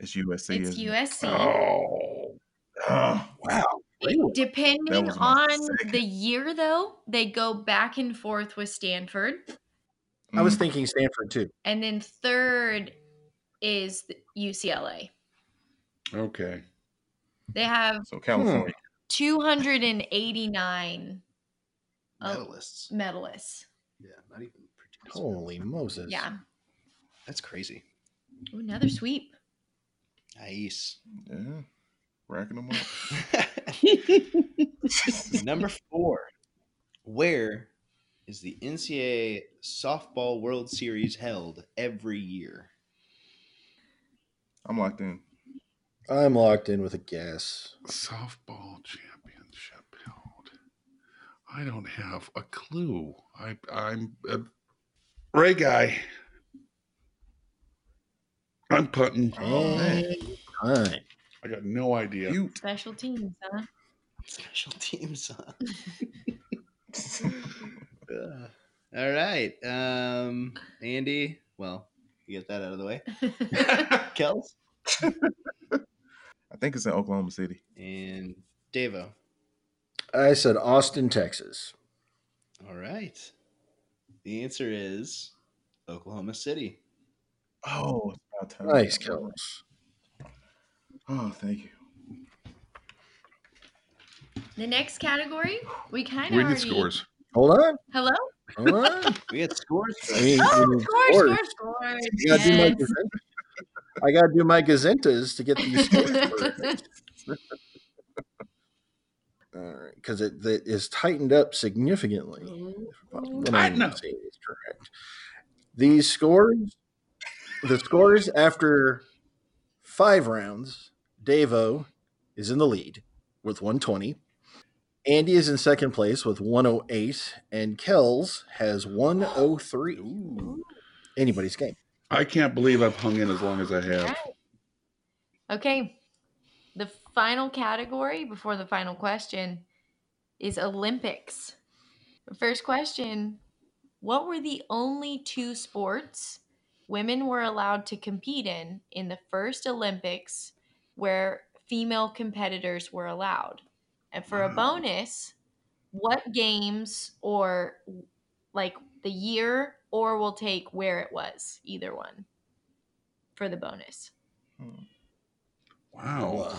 S2: It's USC.
S4: It's
S2: isn't it?
S4: USC.
S3: Oh,
S2: Ah,
S3: wow.
S1: Really?
S2: That
S4: Depending
S2: was my
S4: on
S2: second.
S4: the year, though, they go back and forth with Stanford.
S1: I was
S3: Hmm.
S2: mm,
S1: thinking Stanford too.
S4: And then third is the UCLA.
S3: Okay.
S4: They have
S1: Hmm.
S2: so California.
S4: 289 Oh.
S5: Medalists.
S4: medalists.
S5: Yeah, not even participants.
S1: Holy Moses.
S4: Yeah.
S5: That's crazy.
S4: Ooh, another sweep.
S5: Nice.
S2: Yeah, racking them up.
S5: Number four. Where is the NCAA Softball World Series held every year?
S2: I'm locked in.
S1: I'm locked in with a guess.
S3: Softball championship held. I don't have a clue. I I'm a Ray guy. I'm punting.
S2: Oh man,
S1: All right.
S3: I got no idea.
S2: you
S4: Special teams, huh?
S5: Special teams. huh? Ugh. All right. Um, Andy, well, you get that out of the way. Kels
S2: I think it's in Oklahoma City.
S5: and Davo.
S1: I said Austin, Texas.
S5: All right. The answer is Oklahoma City.
S2: Oh, it's about time.
S1: Nice, Kells.
S2: Oh, thank you.
S4: the next category, we kind
S3: we
S4: of
S3: need
S4: already.
S3: scores.
S1: Hold on.
S4: Hello?
S1: Hold on.
S5: We had scores.
S1: I mean,
S4: Oh,
S1: we need
S4: score,
S1: scores.
S4: score, score.
S1: I gotta, do my
S4: Yes.
S1: gazen- I gotta do my gazentas to get these scores correct. Because it, it is tightened up significantly.
S4: Mm,
S1: When I'm
S3: Tighten up.
S1: saying it's correct. These scores, the scores after five rounds, Davo is in the lead with 120. Andy is in second place with 108, and Kells has 103. Anybody's game.
S3: I can't believe I've hung in as long as I have.
S4: Okay. The final category before the final question is Olympics. First question What were the only two sports women were allowed to compete in in the first Olympics where female competitors were allowed? And for a
S2: Wow.
S4: bonus, what games or like the year or we'll take where it was, either one for the bonus.
S2: Hmm.
S3: Wow.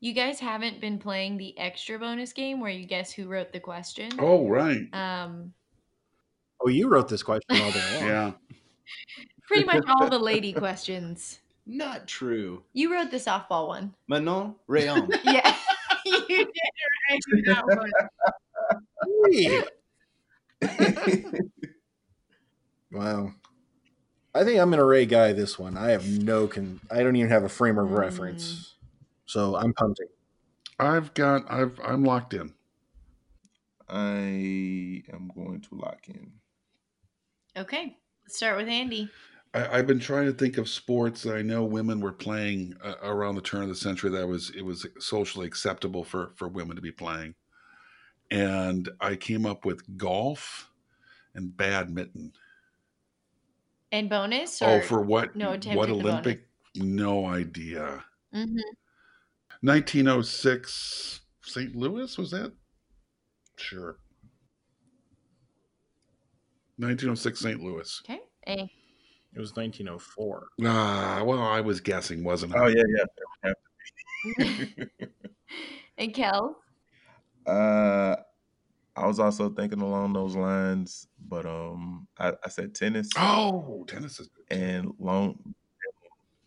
S4: You guys haven't been playing the extra bonus game where you guess who wrote the question.
S3: Oh right.
S4: Um,
S1: Oh, you wrote this question all day long.
S3: Yeah.
S4: pretty much all the lady questions.
S5: Not true.
S4: You wrote the softball one.
S5: Manon Rayon.
S4: Yeah. you did write that one.
S1: Yeah. Wow. I think I'm an array guy this one. I have no con I don't even have a frame of
S4: Hmm.
S1: reference. So I'm punting.
S3: I've got I've I'm locked in.
S2: I am going to lock in.
S4: Okay. Let's start with Andy.
S3: I, I've been trying to think of sports that I know women were playing uh, around the turn of the century that was it was socially acceptable for for women to be playing, and I came up with golf and badminton.
S4: And bonus? Or,
S3: oh, for what?
S4: no attempt
S3: what
S4: at the
S3: Olympic? No idea.
S4: Mhm.
S3: 1906, St. Louis was that? Sure. 1906, St. oh Louis.
S4: Okay.
S1: It
S4: And
S1: was 1904.
S3: Ah, well, I was guessing, wasn't I?
S2: Oh yeah, yeah.
S4: and Kel.
S2: Uh, I was also thinking along those lines, but um, I, I said tennis
S3: Oh, tennis is good. too.
S2: and long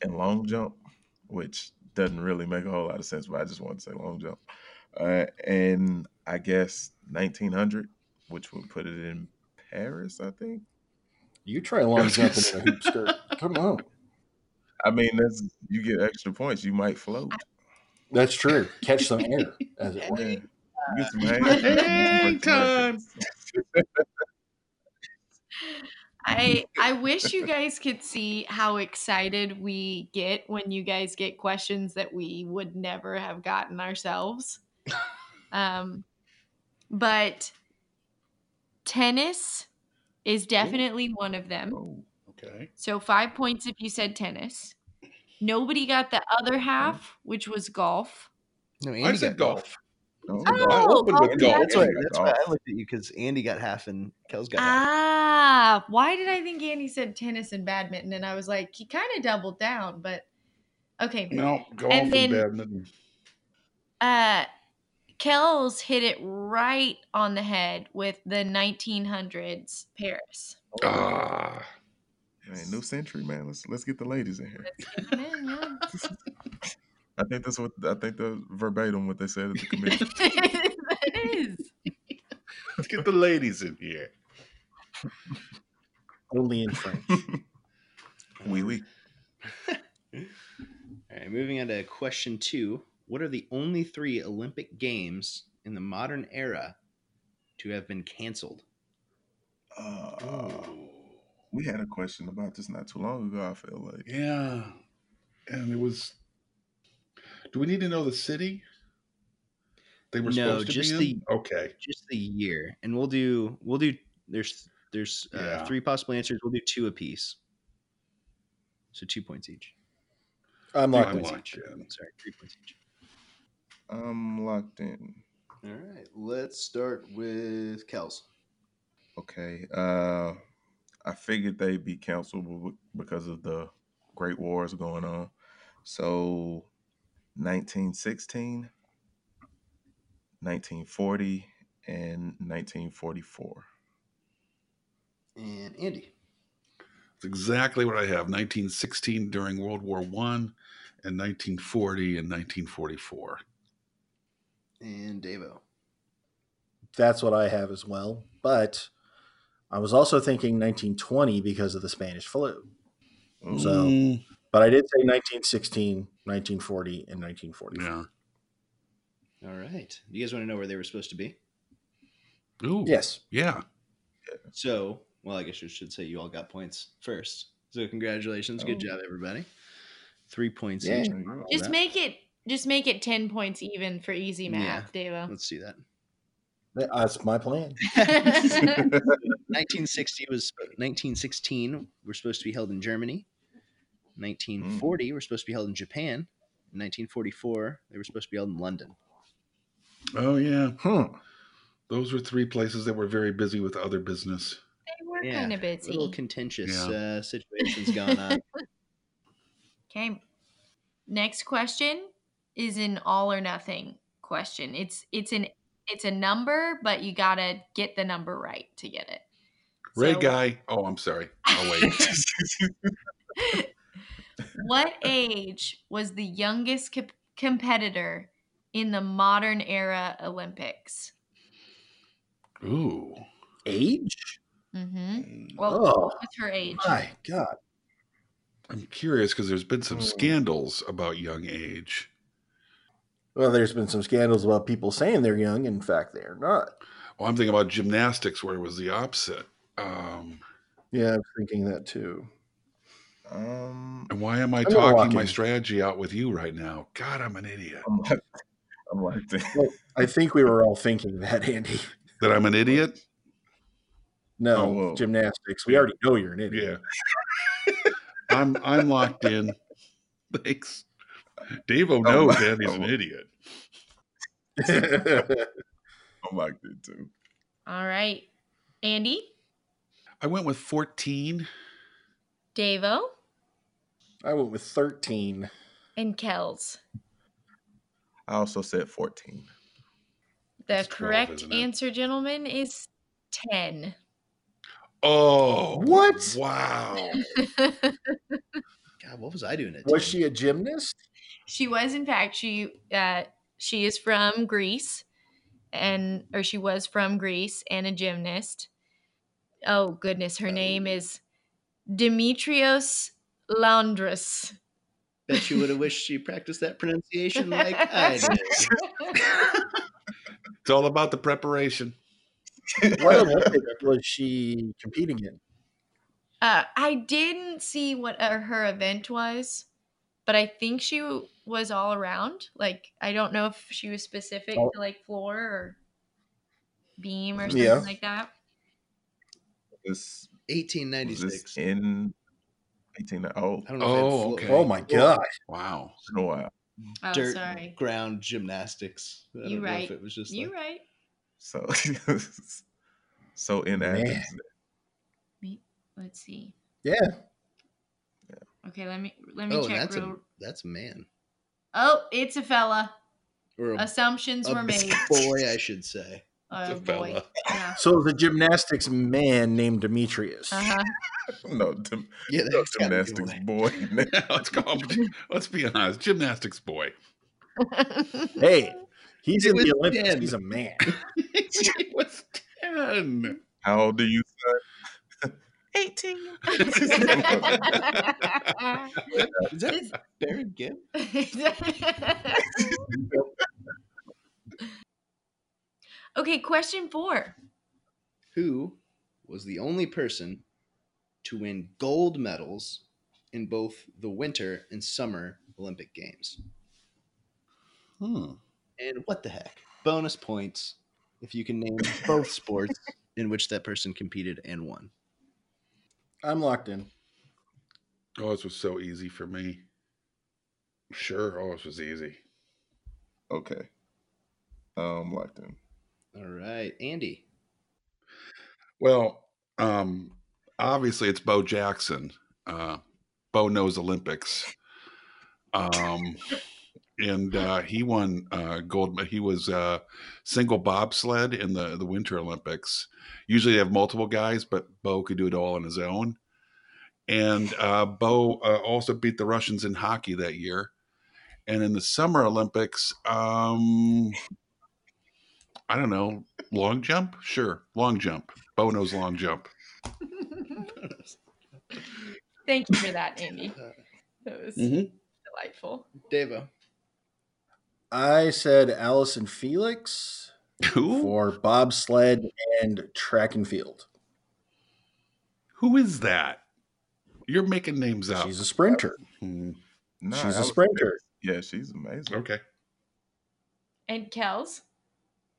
S2: and long jump, which doesn't really make a whole lot of sense. But I just want to say long jump. uh, and I guess 1900, which would put it in Paris, I think.
S1: You try a long jump in a hoop skirt. Come on.
S2: I mean, that's you get extra points. You might float.
S1: That's true. Catch some air, as it
S2: Yeah.
S1: were.
S2: You get some hang,
S3: Hang
S2: break some
S3: time.
S2: records.
S4: I I wish you guys could see how excited we get when you guys get questions that we would never have gotten ourselves. Um, but tennis is definitely one of them.
S2: Oh,
S3: Okay.
S4: So five points if you said tennis. Nobody got the other half, which was golf.
S5: No,
S3: I
S5: Andy
S3: said
S5: got
S3: golf.
S2: oh,
S4: Oh,
S3: I opened with
S4: golf.
S3: golf.
S5: That's why.
S2: Andy got
S5: That's why
S2: golf.
S5: I looked at you because Andy got half and Kel's got
S4: Uh.
S5: half.
S4: Ah, why did I think Andy said tennis and badminton? And I was like, he kind of doubled down, but okay.
S3: No, golf
S4: And
S3: and,
S4: then-
S3: badminton.
S4: Uh, Kells hit it right on the head with the 1900s Paris.
S3: Ah,
S2: Man, new century, man. Let's let's get the ladies in here.
S4: That's
S2: I think that's what I think the verbatim what they said at the convention.
S4: it is.
S3: let's get the ladies in here.
S1: Only in French.
S2: Wee wee.
S5: All right, moving on to question two. What are the only three Olympic Games in the modern era to have been canceled?
S2: Uh, we had a question about this not too long ago. I feel like
S3: Yeah. And it was. Do we need to know the city? They were
S5: No,
S3: supposed to
S5: just
S3: be in? Okay.
S5: Just the year, and we'll do we'll do. There's there's uh,
S3: Yeah.
S5: three possible answers. We'll do two apiece, so two points each.
S1: I'm
S3: Three
S1: locked
S3: points.
S1: in.
S3: locked in.
S5: Sorry, three points each.
S2: I'm locked in.
S5: All right, let's start with Kels.
S2: Okay. Uh, I figured they'd be canceled be- because of the Great Wars going on. So 1916, 1940, and 1944.
S5: and Andy.
S3: It's exactly what I have 1916 during World War One, and 1940 and 1944.
S5: And Davo.
S1: That's what I have as well. But I was also thinking 1920 because of the Spanish flu.
S2: Ooh,
S1: So-
S3: Mm,
S1: But I did say 1916, 1940, and 1944.
S3: yeah.
S5: All right. Do you guys want to know where they were supposed to be?
S3: Ooh.
S1: Yes.
S3: Yeah.
S5: So, well, I guess you should say you all got points first. So, congratulations. Good
S2: Oh.
S5: job, everybody. Three points
S1: Yeah.
S5: each.
S2: there you go.
S4: Just
S5: that.
S4: make it just make it 10 points even for easy math, Davo.
S5: Let's do that.
S1: That's my plan.
S5: 1960 was 1916 were supposed to be held in Germany. 1940 were supposed to be held in Japan. 1944 they were supposed to be held in London.
S3: Oh, yeah.
S1: Hmm.
S3: Those were three places that were very busy with other business.
S4: they were
S5: Yeah,
S4: kind of
S5: A little
S4: busy.
S5: contentious
S3: Yeah.
S5: uh, situations going on.
S4: okay. Next question is an all or nothing question. It's it's an it's a number, but you gotta get the number right to get it.
S3: Ray
S4: So-
S3: Guy. Oh, I'm sorry. Oh, wait.
S4: what age was the youngest co- competitor in the modern era Olympics?
S3: Ooh.
S1: Age?
S4: Mm-hmm.
S3: Mm,
S4: Well,
S1: Oh,
S4: what's her age?
S1: my God.
S3: I'm curious because there's been some
S2: Hmm.
S3: scandals about young age.
S1: Well, there's been some scandals about people saying they're young. In fact, they're not.
S3: Well, I'm thinking about gymnastics where it was the opposite. Um,
S1: Yeah, I'm thinking that too.
S2: um,
S3: and why am I
S1: gonna lock
S3: talking my
S1: in.
S3: strategy out with you right now? God, I'm an idiot.
S2: I'm locked, I'm locked in.
S1: I think we were all thinking that, Andy.
S3: That I'm an idiot?
S1: No,
S2: Oh, well.
S1: gymnastics. We already know you're an idiot.
S3: Yeah. I'm I'm locked in. Thanks. Davo knows Andy's an idiot.
S2: I'm locked in too.
S4: All right. Andy,
S3: I went with 14.
S4: Davo,
S1: I went with 13.
S4: and Kells.
S2: I also said 14.
S4: The
S3: That's 12,
S4: correct
S3: isn't it?
S4: answer, gentlemen, is 10.
S3: Oh.
S1: What?
S3: Wow.
S5: God, what was I doing at
S1: Was
S5: 10?
S1: she a gymnast?
S4: she was, in fact, she uh, She is from Greece, and or she was from Greece and a gymnast. Oh goodness, her name is Dimitrios Landris.
S5: Bet you would have wished she practiced that pronunciation like I did.
S3: It's all about the preparation.
S1: What Olympics was she competing in?
S4: Uh, I didn't see what uh, her event was, but I think she w- was all around. Like, I don't know if she was specific
S1: Oh.
S4: to like floor or beam or something
S1: Yeah.
S4: like that.
S2: This was this
S5: 1896.
S2: in 18. Oh,
S5: I don't know if they had
S3: Oh,
S5: floor-
S3: okay.
S1: Oh my god!
S3: Wow.
S2: it's been a while.
S4: Oh,
S5: Dirt
S4: sorry.
S5: ground gymnastics. I
S4: You
S5: don't know
S4: right.
S5: if it was just
S4: You
S5: like,
S4: right.
S2: So, so in
S1: Man.
S2: Athens.
S4: Let's see.
S1: Yeah,
S4: Okay, let me let me
S5: oh, and
S4: check
S5: that's
S4: real.
S5: a that's a man
S4: Oh, it's a fella.
S5: or a,
S4: Assumptions
S5: a
S4: were made.
S5: boy, I should say.
S4: Oh
S3: It's a
S4: boy.
S3: fella.
S4: Yeah.
S1: so it was a gymnastics man named Demetrius.
S4: Uh-huh.
S2: No, gym,
S5: Yeah,
S2: no
S5: that's gotta be a
S2: gymnastics
S5: boy.
S2: boy.
S3: let's go. Let's be honest. Gymnastics boy.
S4: Uh-huh.
S1: Hey, he's
S5: It
S1: in
S5: was
S1: the Olympics.
S5: 10.
S1: He's a man.
S3: he was 10.
S2: How old do you?
S4: 18.
S5: Is that Baron Gibb?
S4: okay, question four.
S5: Who was the only person to win gold medals in both the winter and summer Olympic Games?
S3: Hmm.
S5: And what the heck? Bonus points if you can name both sports in which that person competed and won.
S1: I'm locked in.
S3: Oh, this was so easy for me. Sure. Oh, this was easy.
S2: Okay, um, locked in.
S5: All right, Andy.
S3: Well, um, obviously it's Bo Jackson. Uh, Bo knows Olympics. Um, and uh, he won uh, gold. me- He was uh, single bobsled in the, the Winter Olympics. Usually they have multiple guys, but Bo could do it all on his own. And uh, Bo uh, also beat the Russians in hockey that year. And in the Summer Olympics, um, I don't know, long jump? Sure, long jump. Bo knows long jump.
S4: Thank you for that, Andy. That was
S3: Mhm.
S4: delightful.
S5: Devo.
S1: I said Allison Felix
S3: Who?
S1: for bobsled and track and field.
S3: Who is that? You're making names up.
S1: She's a sprinter.
S3: Hmm,
S2: Nah,
S1: She's a
S2: Alice-
S1: sprinter.
S2: Yeah, she's amazing.
S3: Okay.
S4: And Kels?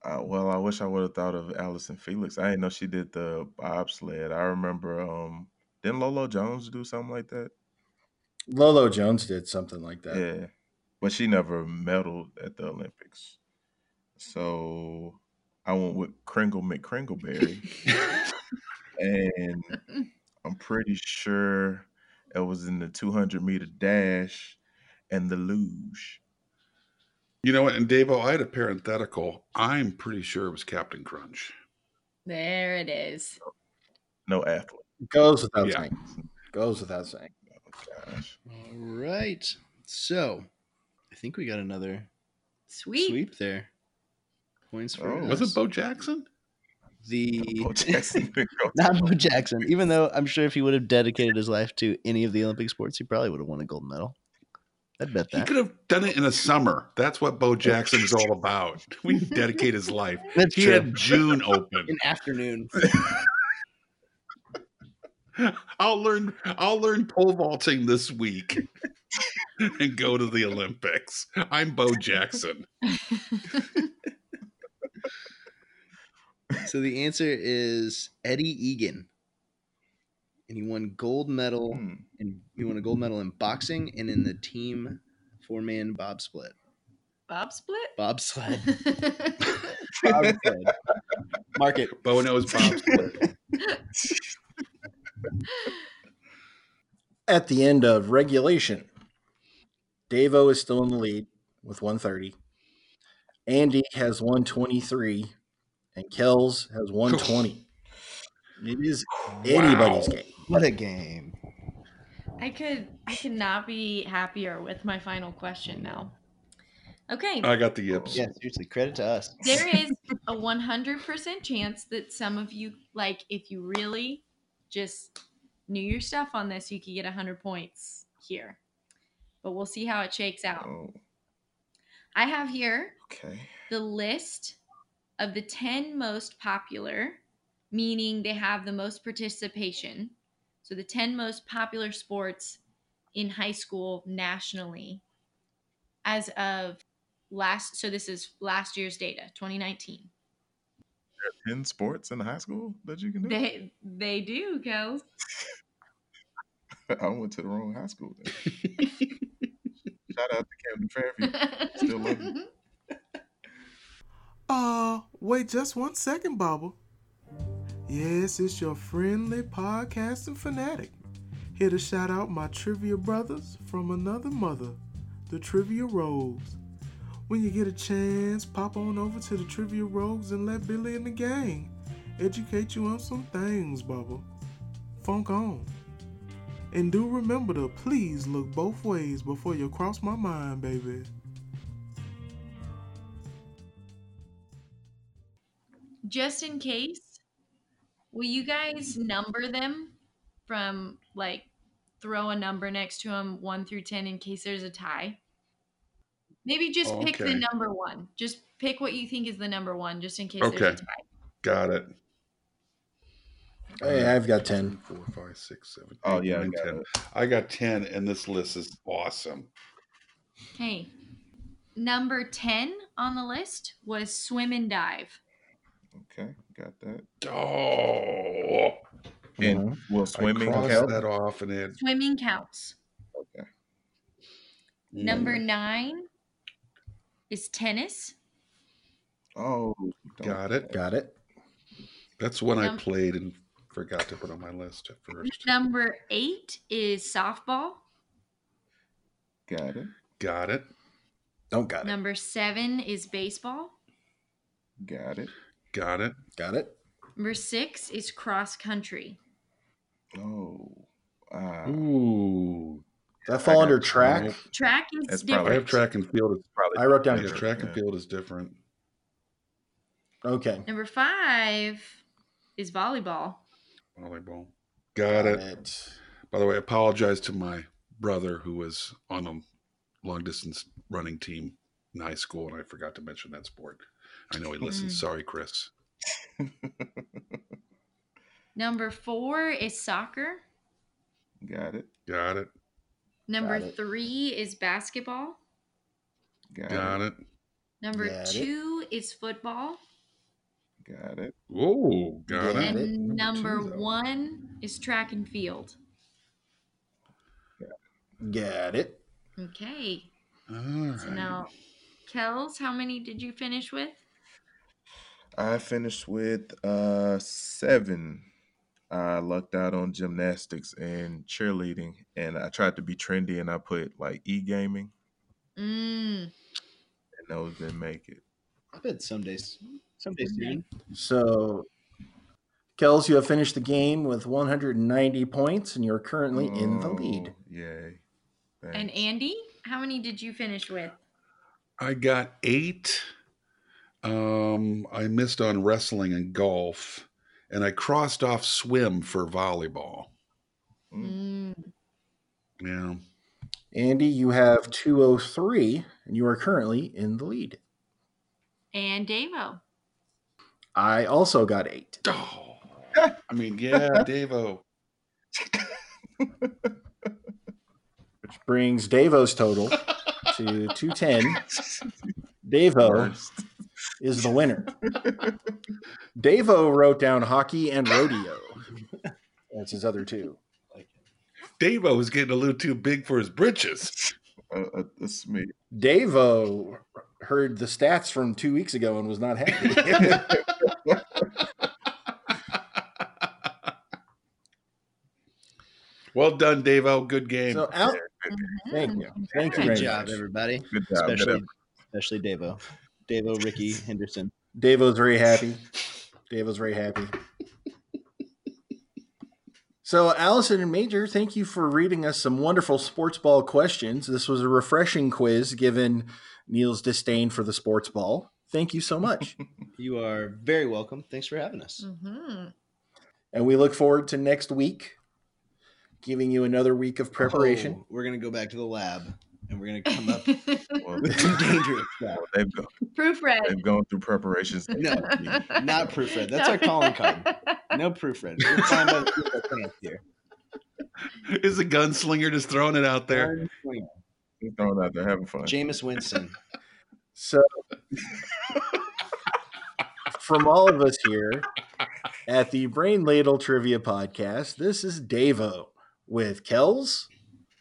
S2: Uh, well, I wish I would have thought of Allison Felix. I didn't know she did the bobsled. I remember. Um, didn't Lolo Jones do something like that?
S1: Lolo Jones did something like that.
S2: Yeah, but she never medaled at the Olympics. So I went with Kringle McKringleberry, and I'm pretty sure it was in the 200 meter dash and the luge.
S3: You know what? And Dave, oh, I had a parenthetical. I'm pretty sure it was Captain Crunch.
S4: There it is.
S2: No athlete.
S1: Goes without
S3: Yeah.
S1: saying. Goes without saying.
S2: Oh, Gosh.
S5: All right. So I think we got another
S4: Sweet.
S5: sweep there. Points for
S2: Oh.
S3: Was
S5: us.
S3: it Bo Jackson?
S5: the
S2: Bo Jackson didn't go to
S5: not
S2: the
S5: Bo Jackson. Even though I'm sure if he would have dedicated his life to any of the Olympic sports, he probably would have won a gold medal. I'd bet
S3: He
S5: that.
S3: could have done it in the summer. That's what Bo Jackson is all about. We dedicate his life.
S5: That's
S3: He
S5: true.
S3: had June open.
S5: An afternoon.
S3: I'll learn. I'll learn pole vaulting this week and go to the Olympics. I'm Bo Jackson.
S5: So the answer is Eddie Egan, and he won gold medal.
S2: Hmm.
S5: In, he won a gold medal in boxing and in the team four man bobsled.
S4: Bob split?
S5: Bobsled. Bobsled. Mark it.
S3: Bo knows bobsled.
S1: At the end of regulation, Davo is still in the lead with 130. Andy has 123, and Kells has 120. it is anybody's
S3: Wow.
S1: game.
S5: What a game.
S4: I could I could not be happier with my final question now. Okay.
S3: I got the yips.
S5: Yeah, seriously, credit to us.
S4: there is a 100% chance that some of you like if you really just knew your stuff on this you could get 100 points here but we'll see how it shakes out
S2: Oh,
S4: i have here
S2: okay.
S4: the list of the 10 most popular meaning they have the most participation so the 10 most popular sports in high school nationally as of last so this is last year's data 2019
S2: Ten sports in high school that you can do.
S4: They they do, Kels.
S2: I went to the wrong high school. Then. Shout out to Camden Fairview. Still love you.
S6: Uh, wait just one second, Bubba. Yes, it's your friendly podcasting fanatic. Here to shout out my trivia brothers from another mother, the Trivia Rogues. When you get a chance, pop on over to the Trivia Rogues and let Billy and the gang educate you on some things, Bubba. Funk on. And do remember to please look both ways before you cross my mind, baby.
S4: Just in case, will you guys number them from like throw a number next to them one through ten in case there's a tie? Maybe just pick the
S3: Okay.
S4: number one. Just pick what you think is the number one, just in case
S3: Okay.
S4: there's a tie.
S3: Got it.
S1: Hey, I've got 10.
S3: Four, five, six, seven,
S2: Oh,
S3: eight,
S2: yeah, I
S3: nine,
S2: got
S3: 10. I got 10, and this list is awesome.
S4: Okay. Number ten on the list was swim and dive.
S2: Okay, got that.
S3: Oh,
S2: And will
S3: swimming
S2: swimming
S3: I crossed
S2: count?
S3: that off, and it
S4: Swimming counts.
S2: Okay.
S3: mm,
S4: Number nine is tennis.
S2: Oh, don't-
S3: got it.
S1: Got it.
S3: That's one I
S4: Num-
S3: played and forgot to put on my list at first.
S4: Number eight is softball.
S2: Got it.
S4: Mm-hmm.
S3: Got it.
S1: Don't got it.
S4: Number seven is baseball.
S2: Got it.
S3: Got it.
S1: Got it.
S4: Number six is cross country.
S2: Oh, ah,
S3: Ooh,
S1: Does that fall
S2: I
S1: under
S2: got
S1: track?
S3: nope.
S4: Track is
S2: That's
S4: different.
S3: I have track and field. is-
S2: probably
S1: I wrote down
S3: Yeah, track and field is different.
S1: Okay.
S4: Number five is volleyball.
S3: Volleyball. Got it. By the way, I apologize to my brother who was on a long distance running team in high school, and I forgot to mention that sport. I know he listens.
S4: Mm.
S3: Sorry, Chris.
S4: Number four is soccer.
S2: Got it.
S3: Got it.
S4: Number
S1: Got it.
S4: three is basketball.
S2: Got,
S3: Got
S2: it.
S3: it.
S4: Number
S1: Got it.
S4: two is football.
S2: Got it.
S3: Oh, got
S1: Yeah.
S3: it.
S1: Got it.
S4: And
S3: Number
S4: number
S3: two's out.
S4: one is track and field.
S1: Got it.
S4: Okay.
S3: All right.
S4: So now, Kels, how many did you finish with?
S2: I finished with uh seven. I lucked out on gymnastics and cheerleading, and I tried to be trendy, and I put like e gaming,
S4: Mm.
S2: and those didn't make it.
S5: I bet someday, someday soon.
S1: So, Kels, you have finished the game with 190 points, and you're currently in the lead.
S2: Oh, Yay!
S4: And
S2: Thanks.
S4: Andy, how many did you finish with?
S3: I got eight. Um, I missed on wrestling and golf, and I crossed off swim for volleyball.
S2: Mm,
S4: Mm.
S3: Yeah.
S1: Andy, you have 203, and you are currently in the lead.
S4: And Davo.
S1: I also got eight.
S3: Oh, I mean, yeah, Davo.
S1: which brings Davo's total to 210. Davo
S2: worst.
S1: is the winner. Davo wrote down hockey and rodeo. That's his other two.
S3: Davo was getting a little too big for his britches.
S2: Uh, uh, that's me.
S1: Davo heard the stats from two weeks ago and was not happy.
S3: well done, Davo. Good game.
S1: So out, thank you, thank you
S5: Good
S1: very
S5: job,
S1: much.
S5: everybody.
S2: Good job. good
S5: Especially,
S2: effort.
S5: especially Davo, Davo, Ricky Henderson.
S1: Davo's very happy. Davo's very happy. So, Allison and Major, thank you for reading us some wonderful sports ball questions. This was a refreshing quiz given Neil's disdain for the sports ball. Thank you so much.
S5: You are very welcome. Thanks for having us.
S4: Mm-hmm.
S1: and we look forward to next week, giving you another week of preparation.
S5: Oh, we're gonna go back to the lab and we're
S4: Mm-hmm.
S5: gonna come up
S2: Well,
S5: with some dangerous stuff.
S2: they've, go-
S4: Proofread.
S2: they've gone through preparations.
S5: No, not proofread. That's our calling card. No proofread. We're fine by the seat of our pants here.
S3: Is a gunslinger just throwing it out there?
S5: Aaron Swinger,
S2: Just throwing it out there, having fun.
S5: Jameis Winston.
S1: So, from all of us here at the Brain Ladle Trivia Podcast, this is Davo with Kells.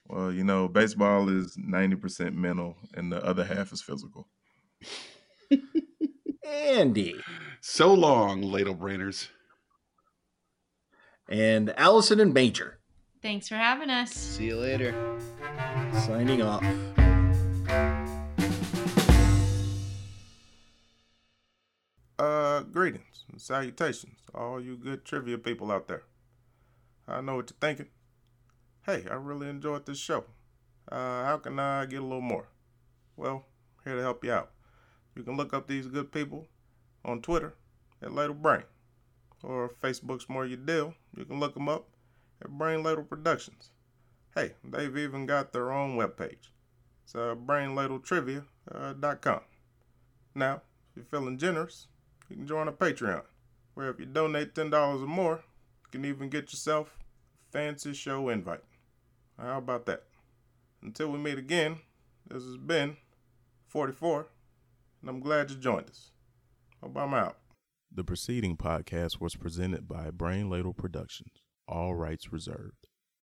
S2: Well, you know, baseball is 90% mental and the other half is physical.
S1: Andy
S3: So long, ladle brainers.
S1: and Allison and Major
S4: Thanks for having us.
S5: See you later.
S1: signing off.
S6: Uh, greetings and salutations, to all you good trivia people out there. I know what you're thinking. Hey, I really enjoyed this show. Uh, how can I get a little more? Well, here to help you out. You can look up these good people on Twitter at Ladle Brain, or if Facebook's more your deal. You can look them up at Brain Ladle Productions. Hey, they've even got their own webpage. It's uh, brainladletrivia.com. Now, if you're feeling generous, you can join a Patreon, where if you donate ten dollars or more, you can even get yourself a fancy show invite. How about that? Until we meet again, this has been 44, and I'm glad you joined us. Hope I'm out. The preceding podcast was presented by Brain Ladle Productions, all rights reserved.